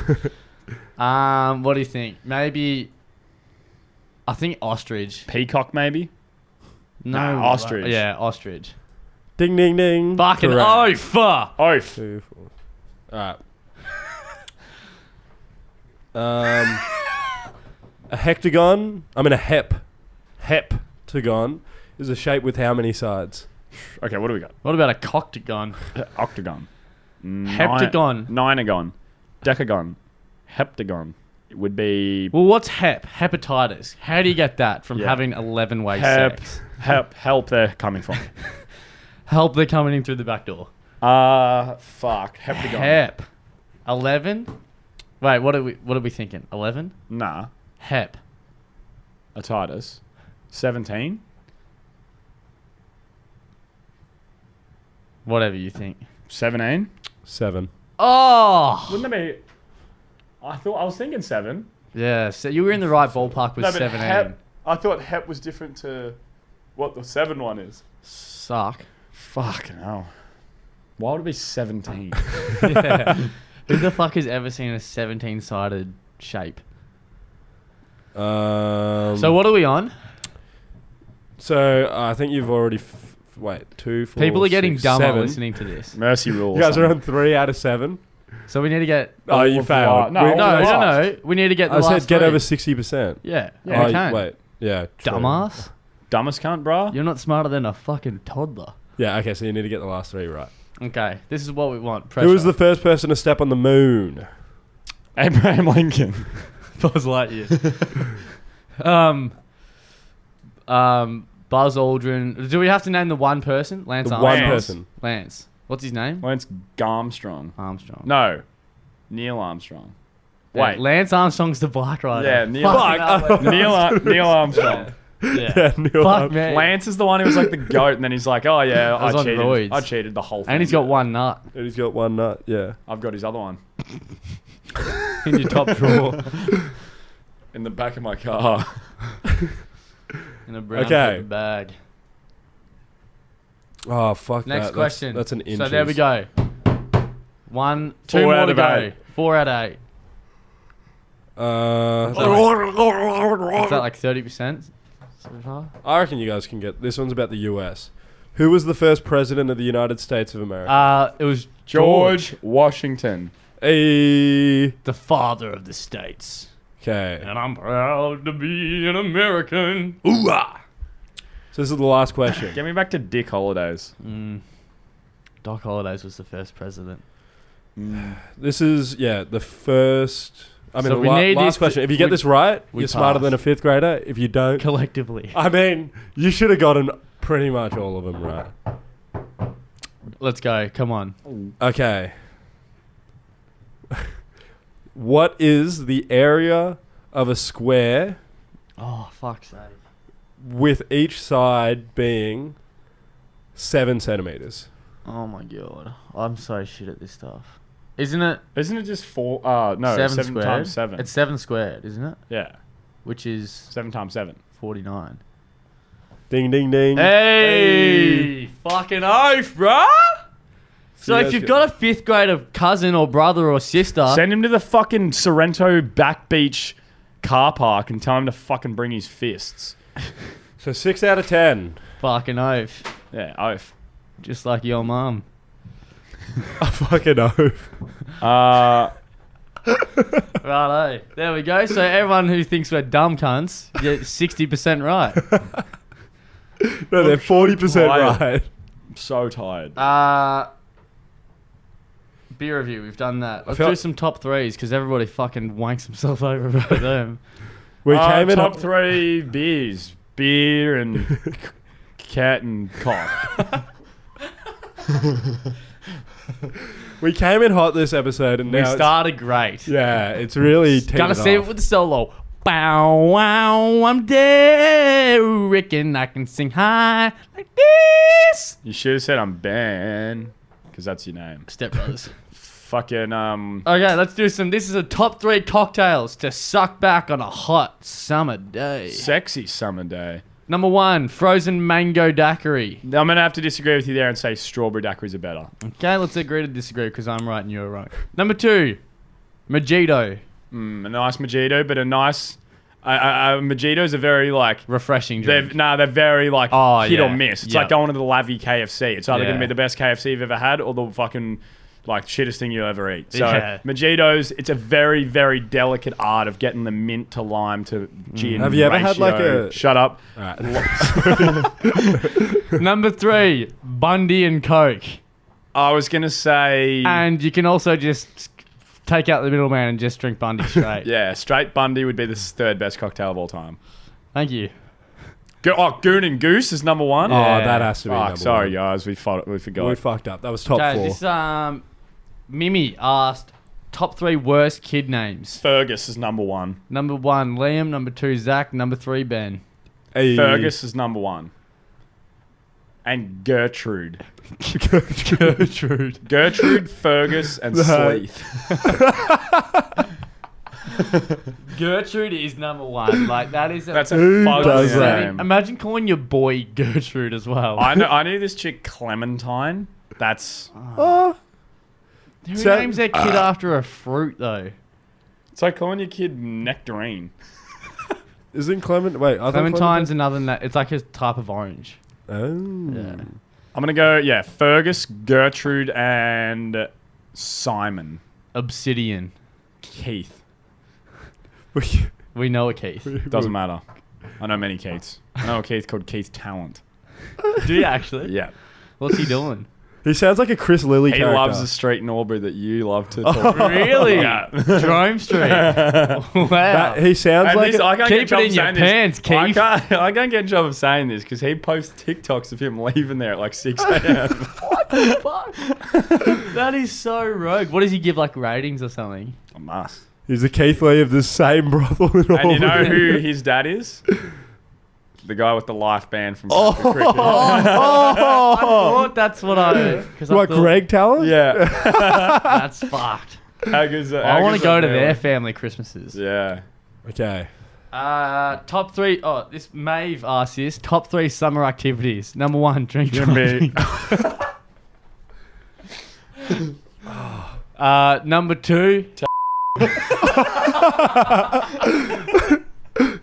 Speaker 2: um, what do you think? Maybe. I think ostrich.
Speaker 3: Peacock, maybe.
Speaker 2: No,
Speaker 3: Nah, ostrich.
Speaker 2: Yeah, ostrich.
Speaker 1: ding ding ding.
Speaker 2: Fucking
Speaker 1: Correct.
Speaker 2: oh fuck.
Speaker 3: Oaf.
Speaker 1: Two, four. All right. Um, a hectagon. I mean a hep. Heptagon is a shape with how many sides?
Speaker 3: Okay, what do we got?
Speaker 2: What about a coctagon?
Speaker 3: Octagon. Nine-
Speaker 2: Heptagon.
Speaker 3: Ninagon. Decagon. Heptagon. It would be
Speaker 2: Well, what's hep? Hepatitis. How do you get that from
Speaker 3: Yeah.
Speaker 2: having 11 way
Speaker 3: Hep.
Speaker 2: sex?
Speaker 3: help. Help. They're coming from.
Speaker 2: Help, they're coming in through the back door.
Speaker 3: Ah, fuck. Heptagon.
Speaker 2: Hep. 11? Wait, what are we what are we thinking? 11?
Speaker 3: Nah.
Speaker 2: Hep.
Speaker 3: A Titus. Seventeen.
Speaker 2: Whatever you think.
Speaker 3: Seventeen.
Speaker 1: Seven.
Speaker 2: Oh!
Speaker 3: Wouldn't it be? I thought I was thinking seven.
Speaker 2: Yeah, so you were in the right ballpark with
Speaker 3: No, but
Speaker 2: 17.
Speaker 3: Hep, I thought Hep was different to what the seven one is.
Speaker 2: Suck.
Speaker 3: Fucking hell. Why would it be seventeen?
Speaker 2: Yeah. Who the fuck has ever seen a 17 sided shape?
Speaker 1: Um,
Speaker 2: So what are we on?
Speaker 1: So uh, I think you've already. F- f- wait, two, four.
Speaker 2: People are getting
Speaker 1: six,
Speaker 2: dumber
Speaker 1: seven.
Speaker 2: listening to this.
Speaker 3: Mercy rule.
Speaker 1: You guys are on three out of seven.
Speaker 2: So we need to get.
Speaker 1: Oh,
Speaker 3: Oh,
Speaker 1: you
Speaker 3: we've
Speaker 1: failed.
Speaker 3: lost. No,
Speaker 1: We-
Speaker 3: Oh,
Speaker 2: No,
Speaker 3: we
Speaker 2: no, no.
Speaker 3: lost.
Speaker 2: We need to get the
Speaker 1: I said
Speaker 2: last
Speaker 1: get
Speaker 2: three.
Speaker 1: over sixty percent.
Speaker 2: Yeah.
Speaker 3: Yeah,
Speaker 2: yeah
Speaker 1: oh,
Speaker 2: we can.
Speaker 1: wait. Yeah. true.
Speaker 2: Dumbass.
Speaker 3: Dumbest cunt, bruh.
Speaker 2: You're not smarter than a fucking toddler.
Speaker 1: Yeah. Okay. So you need to get the last three right.
Speaker 2: Okay, this is what we want. Pressure.
Speaker 1: Who was the first person to step on the moon?
Speaker 3: Abraham Lincoln.
Speaker 2: Buzz Lightyear? um, um, Buzz Aldrin. Do we have to name the one person? Lance
Speaker 1: The one
Speaker 2: Armstrong.
Speaker 3: Lance.
Speaker 1: person.
Speaker 2: Lance. What's his name?
Speaker 3: Lance Garmstrong.
Speaker 2: Armstrong.
Speaker 3: No, Neil Armstrong.
Speaker 2: Yeah,
Speaker 3: Wait.
Speaker 2: Lance Armstrong's the bike rider.
Speaker 3: Yeah, Neil-
Speaker 2: Fuck.
Speaker 1: Fuck.
Speaker 3: Neil, Ar- Neil Armstrong.
Speaker 2: yeah.
Speaker 1: Yeah, Neil
Speaker 2: Fuck
Speaker 1: Armstrong.
Speaker 2: man.
Speaker 3: Lance is the one who was like the goat, and then he's like, "Oh yeah, I,
Speaker 2: was on
Speaker 3: cheated.
Speaker 2: roids.
Speaker 3: I cheated the whole thing."
Speaker 2: And he's got one nut
Speaker 1: And he's got one nut. Yeah.
Speaker 3: I've got his other one
Speaker 2: in your top drawer
Speaker 3: in the back of my car.
Speaker 2: in a brown
Speaker 1: Okay.
Speaker 2: paper bag.
Speaker 1: Oh fuck.
Speaker 2: Next
Speaker 1: Oh, that. That's-
Speaker 2: question.
Speaker 1: That's, an inch.
Speaker 2: So there we go. One, two
Speaker 3: Four
Speaker 2: more
Speaker 3: out
Speaker 2: to
Speaker 3: of
Speaker 2: go.
Speaker 3: eight.
Speaker 2: Four out of eight.
Speaker 1: Uh,
Speaker 2: Is that like thirty percent so far?
Speaker 1: I reckon you guys can get this one's about the U.S. Who was the first president of the United States of America?
Speaker 2: Uh, it was George,
Speaker 3: George Washington.
Speaker 2: Uh,
Speaker 1: Hey.
Speaker 2: the father of the states,
Speaker 1: Okay.
Speaker 2: and I'm proud to be an American.
Speaker 1: So this is the last question.
Speaker 3: Get me back to Dick Holidays.
Speaker 2: Mm. Doc Hollidays was the first president.
Speaker 1: This is yeah the first. I mean,
Speaker 2: So
Speaker 1: the
Speaker 2: we
Speaker 1: la-
Speaker 2: need
Speaker 1: last
Speaker 2: these to-
Speaker 1: question. If you get
Speaker 2: we-
Speaker 1: this right,
Speaker 2: we
Speaker 1: you're smarter than a
Speaker 2: pass.
Speaker 1: fifth grader. If you don't,
Speaker 2: Collectively,
Speaker 1: I mean, you should have gotten pretty much all of them right.
Speaker 2: let's go. Come on.
Speaker 1: Okay. what is the area of a square
Speaker 2: Oh fuck's sake.
Speaker 1: with each side being seven centimeters?
Speaker 2: Oh my god. I'm so shit at this stuff. Isn't it
Speaker 3: Isn't it just four? Uh, no,
Speaker 2: seven,
Speaker 3: seven,
Speaker 2: squared?
Speaker 3: times seven.
Speaker 2: It's seven squared, isn't it?
Speaker 3: yeah,
Speaker 2: Which is
Speaker 3: seven times seven.
Speaker 2: forty nine.
Speaker 1: Ding, ding, ding.
Speaker 2: Eh. Hey, fucking oaf, bruh. So
Speaker 1: See,
Speaker 2: if
Speaker 1: that's
Speaker 2: you've
Speaker 1: good.
Speaker 2: got a fifth grader cousin or brother or sister,
Speaker 3: Send him to the fucking Sorrento back beach car park and tell him to fucking bring his fists.
Speaker 1: So six out of ten.
Speaker 2: fucking oaf,
Speaker 3: Yeah, oaf.
Speaker 2: just like your mum.
Speaker 1: I fucking know.
Speaker 3: Uh,
Speaker 2: Righto, there we go. So everyone who thinks we're dumb cunts, you're sixty percent right.
Speaker 1: No, they're forty percent
Speaker 3: Wild.
Speaker 1: right.
Speaker 3: I'm so tired.
Speaker 2: Uh beer review. We've done that. Let's
Speaker 1: feel-
Speaker 2: do some top threes because everybody fucking wanks himself over about them.
Speaker 1: We
Speaker 3: Uh,
Speaker 1: came in
Speaker 3: top
Speaker 1: up-
Speaker 3: three beers, beer and c- cat and cock.
Speaker 1: we came in hot this episode, and
Speaker 2: We
Speaker 1: now it's-
Speaker 2: started great.
Speaker 1: yeah, it's really
Speaker 2: Gotta
Speaker 1: teetered
Speaker 2: save
Speaker 1: off.
Speaker 2: it with the solo. Bow wow, I'm Derek and I can sing high like this.
Speaker 3: You should have said I'm Ben, because that's your name.
Speaker 2: Step Brothers.
Speaker 3: Fucking um.
Speaker 2: okay, let's do some. This is a top three cocktails to suck back on a hot summer day.
Speaker 3: Sexy summer day.
Speaker 2: Number one, frozen mango daiquiri.
Speaker 3: I'm gonna have to disagree with you there and say strawberry daiquiris are better.
Speaker 2: Okay, let's agree to disagree because I'm right and you're wrong. Number two, mojito.
Speaker 3: Mm, a nice mojito, but a nice. Uh, uh, mojitos are very like.
Speaker 2: Refreshing
Speaker 3: They're,
Speaker 2: drink.
Speaker 3: nah, they're very like
Speaker 2: Oh,
Speaker 3: hit
Speaker 2: yeah.
Speaker 3: or miss. It's
Speaker 2: Yeah.
Speaker 3: like going to the Lavy KFC. It's either
Speaker 2: Yeah.
Speaker 3: gonna be the best KFC you've ever had or the fucking like shittest thing you ever eat. So
Speaker 2: Yeah.
Speaker 3: mojitos, it's a very very delicate art of getting the mint to lime to gin.
Speaker 1: Mm. Have you ever had, like,
Speaker 3: ratio.
Speaker 1: a-
Speaker 3: Shut up.
Speaker 2: Number three, Bundy and Coke.
Speaker 3: Mm. I was gonna say
Speaker 2: And you can also just take out the middleman and just drink Bundy straight.
Speaker 3: yeah, straight Bundy would be the third best cocktail of all time.
Speaker 2: Thank you.
Speaker 3: Go- oh, Goon and Goose is number one.
Speaker 1: Oh, that has to be
Speaker 3: Fuck,
Speaker 1: number
Speaker 3: sorry
Speaker 1: one.
Speaker 3: guys, we fought, we forgot.
Speaker 1: We fucked up. That was top
Speaker 2: Okay,
Speaker 1: four.
Speaker 2: this um, Mimi asked top three worst kid names.
Speaker 3: Fergus is number one.
Speaker 2: Number one, Liam. Number two, Zach. Number three, Ben.
Speaker 1: Hey.
Speaker 3: Fergus is number one. And Gertrude.
Speaker 2: Gertrude.
Speaker 3: Gertrude, Fergus, and Sleeth.
Speaker 2: Gertrude is number one. Like that is a.
Speaker 3: That's a
Speaker 1: Who
Speaker 3: fun
Speaker 1: does that?
Speaker 3: name.
Speaker 2: Imagine calling your boy Gertrude as well.
Speaker 3: I know. I knew this chick Clementine. That's
Speaker 1: Oh,
Speaker 2: Who
Speaker 1: So- uh,
Speaker 2: names their kid after a fruit though?
Speaker 3: it's like calling your kid Nectarine.
Speaker 1: isn't Clement? Wait, I
Speaker 2: Clementine's another. Na- it's like a type of orange.
Speaker 1: Thought Clement oh.
Speaker 2: Yeah.
Speaker 3: I'm gonna go. Yeah, Fergus, Gertrude, and Simon
Speaker 2: Obsidian.
Speaker 3: Keith.
Speaker 2: We know a Keith.
Speaker 3: Doesn't matter. I know many Keiths. I know a Keith called Keith Talent.
Speaker 2: Do you actually?
Speaker 3: Yeah,
Speaker 2: What's he doing?
Speaker 1: he sounds like a Chris Lilly
Speaker 3: he
Speaker 1: character.
Speaker 3: loves the street in Albury that you love to talk.
Speaker 2: Oh,
Speaker 3: about.
Speaker 2: Really?
Speaker 3: Yeah.
Speaker 2: Drome Street. wow.
Speaker 1: That- he sounds
Speaker 3: At
Speaker 1: like.
Speaker 3: least
Speaker 1: a-
Speaker 3: I can't
Speaker 2: Keep
Speaker 3: get
Speaker 2: it
Speaker 3: job
Speaker 2: in your
Speaker 3: saying
Speaker 2: pants,
Speaker 3: this. I
Speaker 2: Keith.
Speaker 3: can't, I can't get a job of saying this because he posts TikToks of him leaving there at like 6 a.m.
Speaker 2: Fuck. that is so rogue. What does he give like ratings or something?
Speaker 3: I must.
Speaker 1: he's the Keith Lee of the same brothel. In
Speaker 3: And you
Speaker 1: all
Speaker 3: know
Speaker 1: of it.
Speaker 3: who his dad is? The guy with the life ban from
Speaker 2: Oh.
Speaker 3: Stanford cricket.
Speaker 2: I thought that's what I. Cause I
Speaker 1: What,
Speaker 2: thought
Speaker 1: Greg Talent?
Speaker 3: Yeah.
Speaker 2: That's fucked.
Speaker 3: How good's that-
Speaker 2: I
Speaker 3: how
Speaker 2: want to
Speaker 3: good's
Speaker 2: go
Speaker 3: that
Speaker 2: to their
Speaker 3: really?
Speaker 2: family Christmases.
Speaker 3: Yeah.
Speaker 1: Okay.
Speaker 2: Uh, top three. Oh, this Maeve asks this. Top three summer activities. Number one, drink.
Speaker 3: You and me.
Speaker 2: driving. Uh, number two.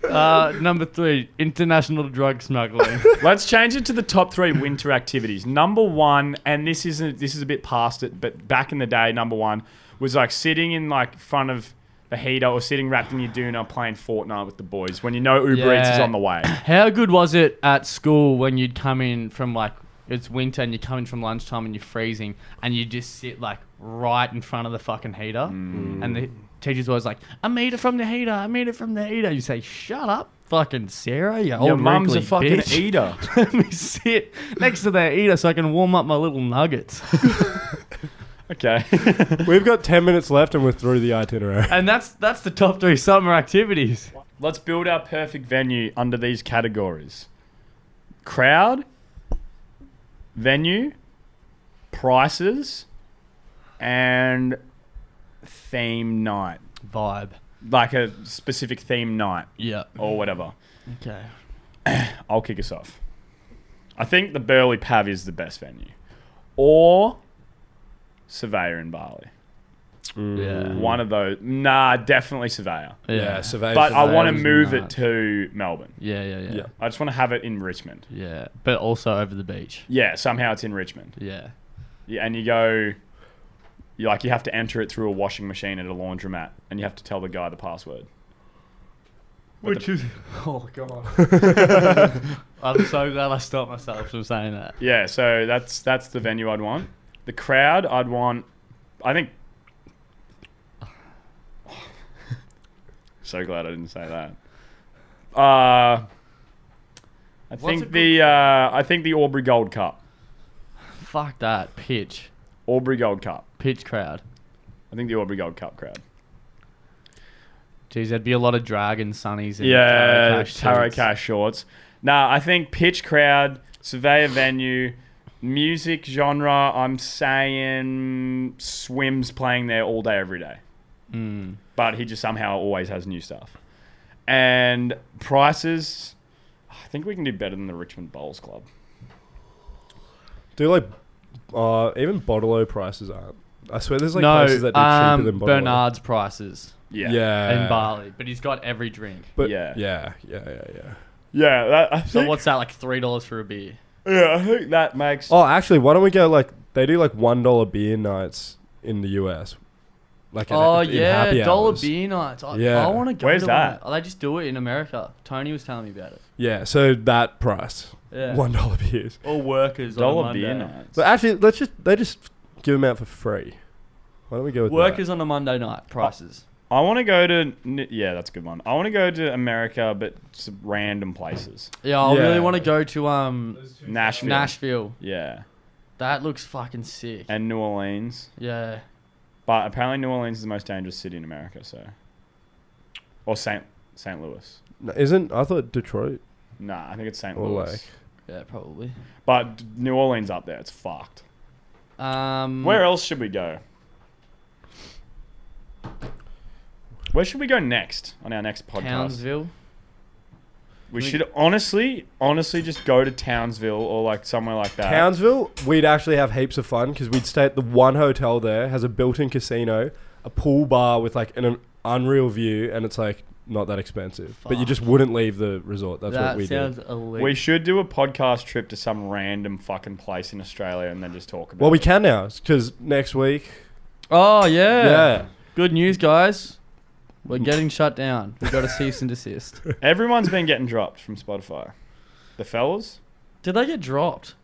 Speaker 2: uh, number three, international drug smuggling.
Speaker 3: Let's change it to the top three winter activities. Number one, and this isn't this is a bit past it, but back in the day, number one was like sitting in like front of the heater or sitting wrapped in your doona playing Fortnite with the boys when you know Uber Eats is
Speaker 2: Yeah.
Speaker 3: on the way.
Speaker 2: How good was it at school when you'd come in from like it's winter and you're coming from lunchtime and you're freezing and you just sit like right in front of the fucking heater
Speaker 3: Mm.
Speaker 2: and the teacher's always like, "A meter from the heater, a meter from the heater." You say, "Shut up, fucking Sarah, you
Speaker 3: Your
Speaker 2: old
Speaker 3: mum's a
Speaker 2: wrinkly
Speaker 3: fucking
Speaker 2: bitch."
Speaker 3: eater.
Speaker 2: Let me sit next to the heater so I can warm up my little nuggets."
Speaker 3: Okay.
Speaker 1: We've got 10 minutes left and we're through the itinerary.
Speaker 2: and that's that's the top three summer activities.
Speaker 3: Let's build our perfect venue under these categories crowd, venue, prices, and theme night.
Speaker 2: Vibe.
Speaker 3: Like a specific theme night
Speaker 2: Yeah.
Speaker 3: or whatever.
Speaker 2: Okay.
Speaker 3: I'll kick us off. I think the Burley Pav is the best venue. Or Surveyor in Bali.
Speaker 1: Mm.
Speaker 2: Yeah.
Speaker 3: One of those. Nah, definitely Surveyor.
Speaker 2: Yeah. Yeah.
Speaker 1: surveyor.
Speaker 3: But I want to
Speaker 2: Surveyor's
Speaker 3: move it
Speaker 2: nuts.
Speaker 3: to Melbourne.
Speaker 2: Yeah. Yeah. Yeah.
Speaker 1: Yeah.
Speaker 3: I just want to have it in Richmond.
Speaker 2: Yeah, but also over the beach.
Speaker 3: Yeah, somehow it's in Richmond.
Speaker 2: Yeah.
Speaker 3: Yeah, and you go, you like you have to enter it through a washing machine at a laundromat, and you have to tell the guy the password. Which
Speaker 2: is oh god. I'm so glad I stopped myself from saying that.
Speaker 3: Yeah, so that's that's the venue I'd want. The crowd I'd want. I think. so glad I didn't say that. Uh, I
Speaker 2: a
Speaker 3: think
Speaker 2: good-
Speaker 3: the uh, I think the Aubrey Gold Cup,
Speaker 2: Fuck that pitch,
Speaker 3: Aubrey Gold Cup.
Speaker 2: pitch crowd.
Speaker 3: I think the Aubrey Gold Cup crowd.
Speaker 2: Jeez, there'd be a lot of dragon sunnies. And
Speaker 3: Yeah, tarot
Speaker 2: shirts.
Speaker 3: cash shorts. Nah, I think pitch crowd, surveyor venue, music genre. I'm saying swims playing there all day every day,
Speaker 2: Mm.
Speaker 3: but he just somehow always has new stuff. And prices, I think we can do better than the Richmond Bowls Club.
Speaker 1: Do like, uh, even Bottle prices aren't. I swear there's like
Speaker 2: no,
Speaker 1: places that do
Speaker 2: um,
Speaker 1: cheaper than Bottle
Speaker 2: Bernard's prices
Speaker 3: Yeah,
Speaker 1: Yeah.
Speaker 2: in Bali, but he's got every drink.
Speaker 1: But
Speaker 3: Yeah.
Speaker 1: yeah. Yeah, yeah, yeah, yeah.
Speaker 3: yeah. That, I think,
Speaker 2: So what's that like? Three dollars for a beer.
Speaker 3: yeah, I think that makes.
Speaker 1: Oh, actually, why don't we go like, they do like $1 beer nights in the US. Like, in,
Speaker 2: Oh
Speaker 1: in
Speaker 2: yeah,
Speaker 1: happy
Speaker 2: dollar
Speaker 1: hours.
Speaker 2: beer nights. I,
Speaker 1: Yeah.
Speaker 2: I want to go.
Speaker 3: Where's
Speaker 2: to one of
Speaker 3: that?
Speaker 2: those. Oh, they just do it in America. Tony was telling me about it.
Speaker 1: Yeah, so that price.
Speaker 2: Yeah.
Speaker 1: $1 beers.
Speaker 2: Or workers. on
Speaker 3: dollar
Speaker 2: a
Speaker 3: beer
Speaker 2: Monday.
Speaker 3: nights.
Speaker 1: But actually, let's just, they just give them out for free. Why don't we go with Oh. that?
Speaker 2: Workers on a Monday night prices.
Speaker 3: I want to go to N- yeah, that's a good one. I want to go to America, but some random places.
Speaker 2: Yeah, I
Speaker 1: Yeah.
Speaker 2: really want to go to um
Speaker 3: Nashville.
Speaker 2: Nashville.
Speaker 3: Yeah.
Speaker 2: That looks fucking sick.
Speaker 3: and New Orleans.
Speaker 2: Yeah.
Speaker 3: But apparently, New Orleans is the most dangerous city in America. So, or Saint Saint Louis.
Speaker 1: No, Isn't, I thought Detroit.
Speaker 3: Nah, I think it's Saint
Speaker 1: Or
Speaker 3: Louis.
Speaker 1: like-
Speaker 2: Yeah, probably.
Speaker 3: But New Orleans up there, it's fucked.
Speaker 2: Um
Speaker 3: Where else should we go? Where should we go next on our next podcast?
Speaker 2: Townsville.
Speaker 3: We should honestly, honestly, just go to Townsville or like somewhere like that.
Speaker 1: Townsville, we'd actually have heaps of fun because we'd stay at the one hotel there, has a built-in casino, a pool bar with like an, an unreal view, and it's like not that expensive. But you just wouldn't leave the resort. That's what
Speaker 2: that
Speaker 1: we
Speaker 2: sounds
Speaker 1: did.
Speaker 2: elite.
Speaker 3: we should do a podcast trip to some random fucking place in Australia and then just talk about.
Speaker 1: Well, we
Speaker 3: it.
Speaker 1: can now because next week,
Speaker 2: oh yeah.
Speaker 1: yeah,
Speaker 2: Good news, guys. We're getting shut down. We got a cease and desist.
Speaker 3: Everyone's been getting dropped from Spotify. The fellas,
Speaker 2: Did they get dropped?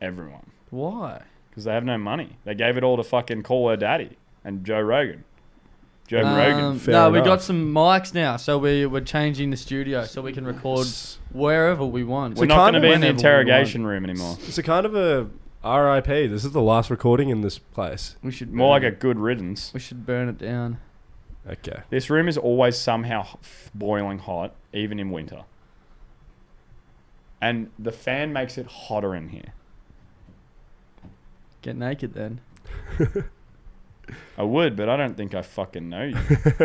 Speaker 3: everyone.
Speaker 2: Why?
Speaker 3: Because they have no money. They gave it all to fucking Call Her Daddy and Joe Rogan. Joe Rogan.
Speaker 2: Um,
Speaker 1: fair
Speaker 2: no, we
Speaker 1: enough.
Speaker 2: got some mics now, so we we're changing the studio so we can record
Speaker 1: S-
Speaker 2: wherever we want.
Speaker 3: We're
Speaker 1: so
Speaker 3: not
Speaker 1: kind
Speaker 3: going to
Speaker 1: of
Speaker 3: be in the
Speaker 2: whenever we
Speaker 3: interrogation room anymore.
Speaker 1: It's a kind of a R.I.P. This is the last recording in this place.
Speaker 2: We should
Speaker 3: More like
Speaker 2: burn
Speaker 3: a
Speaker 2: it.
Speaker 3: good riddance.
Speaker 2: We should burn it down.
Speaker 1: Okay,
Speaker 3: This room is always somehow h- boiling hot, even in winter. And the fan makes it hotter in here.
Speaker 2: Get naked then.
Speaker 3: I would, but I don't think I fucking know you.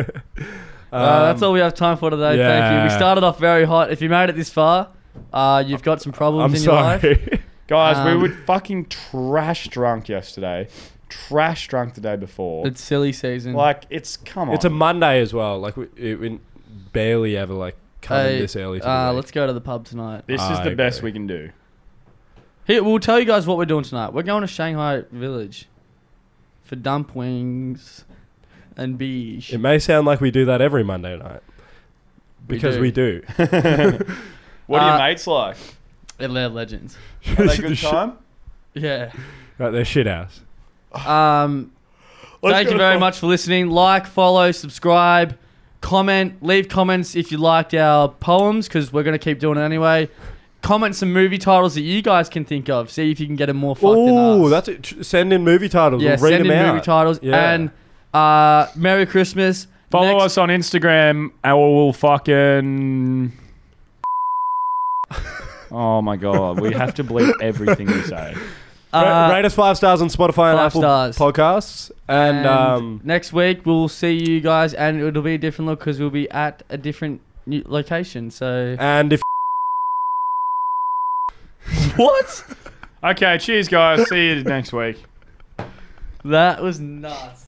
Speaker 2: uh, that's
Speaker 1: Um,
Speaker 2: all we have time for today. Thank you. We
Speaker 1: yeah.
Speaker 2: started off very hot. If you made it this far, uh, you've got some problems
Speaker 1: I'm
Speaker 2: in your life.
Speaker 1: sorry.
Speaker 3: Guys, we
Speaker 2: Um,
Speaker 3: were fucking trash drunk yesterday. trash drunk the day before.
Speaker 2: It's silly season.
Speaker 3: like it's come on.
Speaker 1: It's a Monday as well. Like we, it, we barely ever like come in
Speaker 2: Hey,
Speaker 1: this early. To
Speaker 2: uh,
Speaker 1: the
Speaker 2: let's go to the pub tonight.
Speaker 3: this is
Speaker 1: I
Speaker 3: the best
Speaker 1: agree.
Speaker 3: we can do.
Speaker 2: Here, we'll tell you guys what we're doing tonight. We're going to Shanghai Village for dump wings and beach.
Speaker 1: It may sound like we do that every Monday night because
Speaker 2: do.
Speaker 1: we do.
Speaker 3: What are
Speaker 2: Uh,
Speaker 3: your mates like?
Speaker 2: They're legends.
Speaker 3: Are they a good
Speaker 1: Shit-
Speaker 3: time?
Speaker 2: Yeah.
Speaker 1: Right, they're shit house.
Speaker 2: Um,
Speaker 3: Let's
Speaker 2: thank
Speaker 3: go
Speaker 2: you very
Speaker 3: for-
Speaker 2: much for listening. Like, follow, subscribe, comment, leave comments if you liked our poems because we're going to keep doing it anyway. Comment some movie titles that you guys can think of. See if you can get them more fucked than
Speaker 1: Oh,
Speaker 2: us.
Speaker 1: that's it. Tr- Send in movie titles.
Speaker 2: yeah.
Speaker 1: we'll read
Speaker 2: send
Speaker 1: them
Speaker 2: in
Speaker 1: out.
Speaker 2: movie titles
Speaker 1: Yeah.
Speaker 2: and uh, Merry Christmas.
Speaker 3: Follow
Speaker 2: Next-
Speaker 3: us on Instagram and we'll fucking. oh my god, we have to bleep everything we say.
Speaker 1: Ra-
Speaker 2: uh,
Speaker 1: rate us five stars on Spotify and
Speaker 2: five
Speaker 1: Apple
Speaker 2: stars.
Speaker 1: Podcasts. And, um,
Speaker 2: next week we'll see you guys, and it'll be a different look because we'll be at a different new location. So
Speaker 1: and if
Speaker 2: what?
Speaker 3: Okay, cheers, guys. See you next week.
Speaker 2: That was nuts.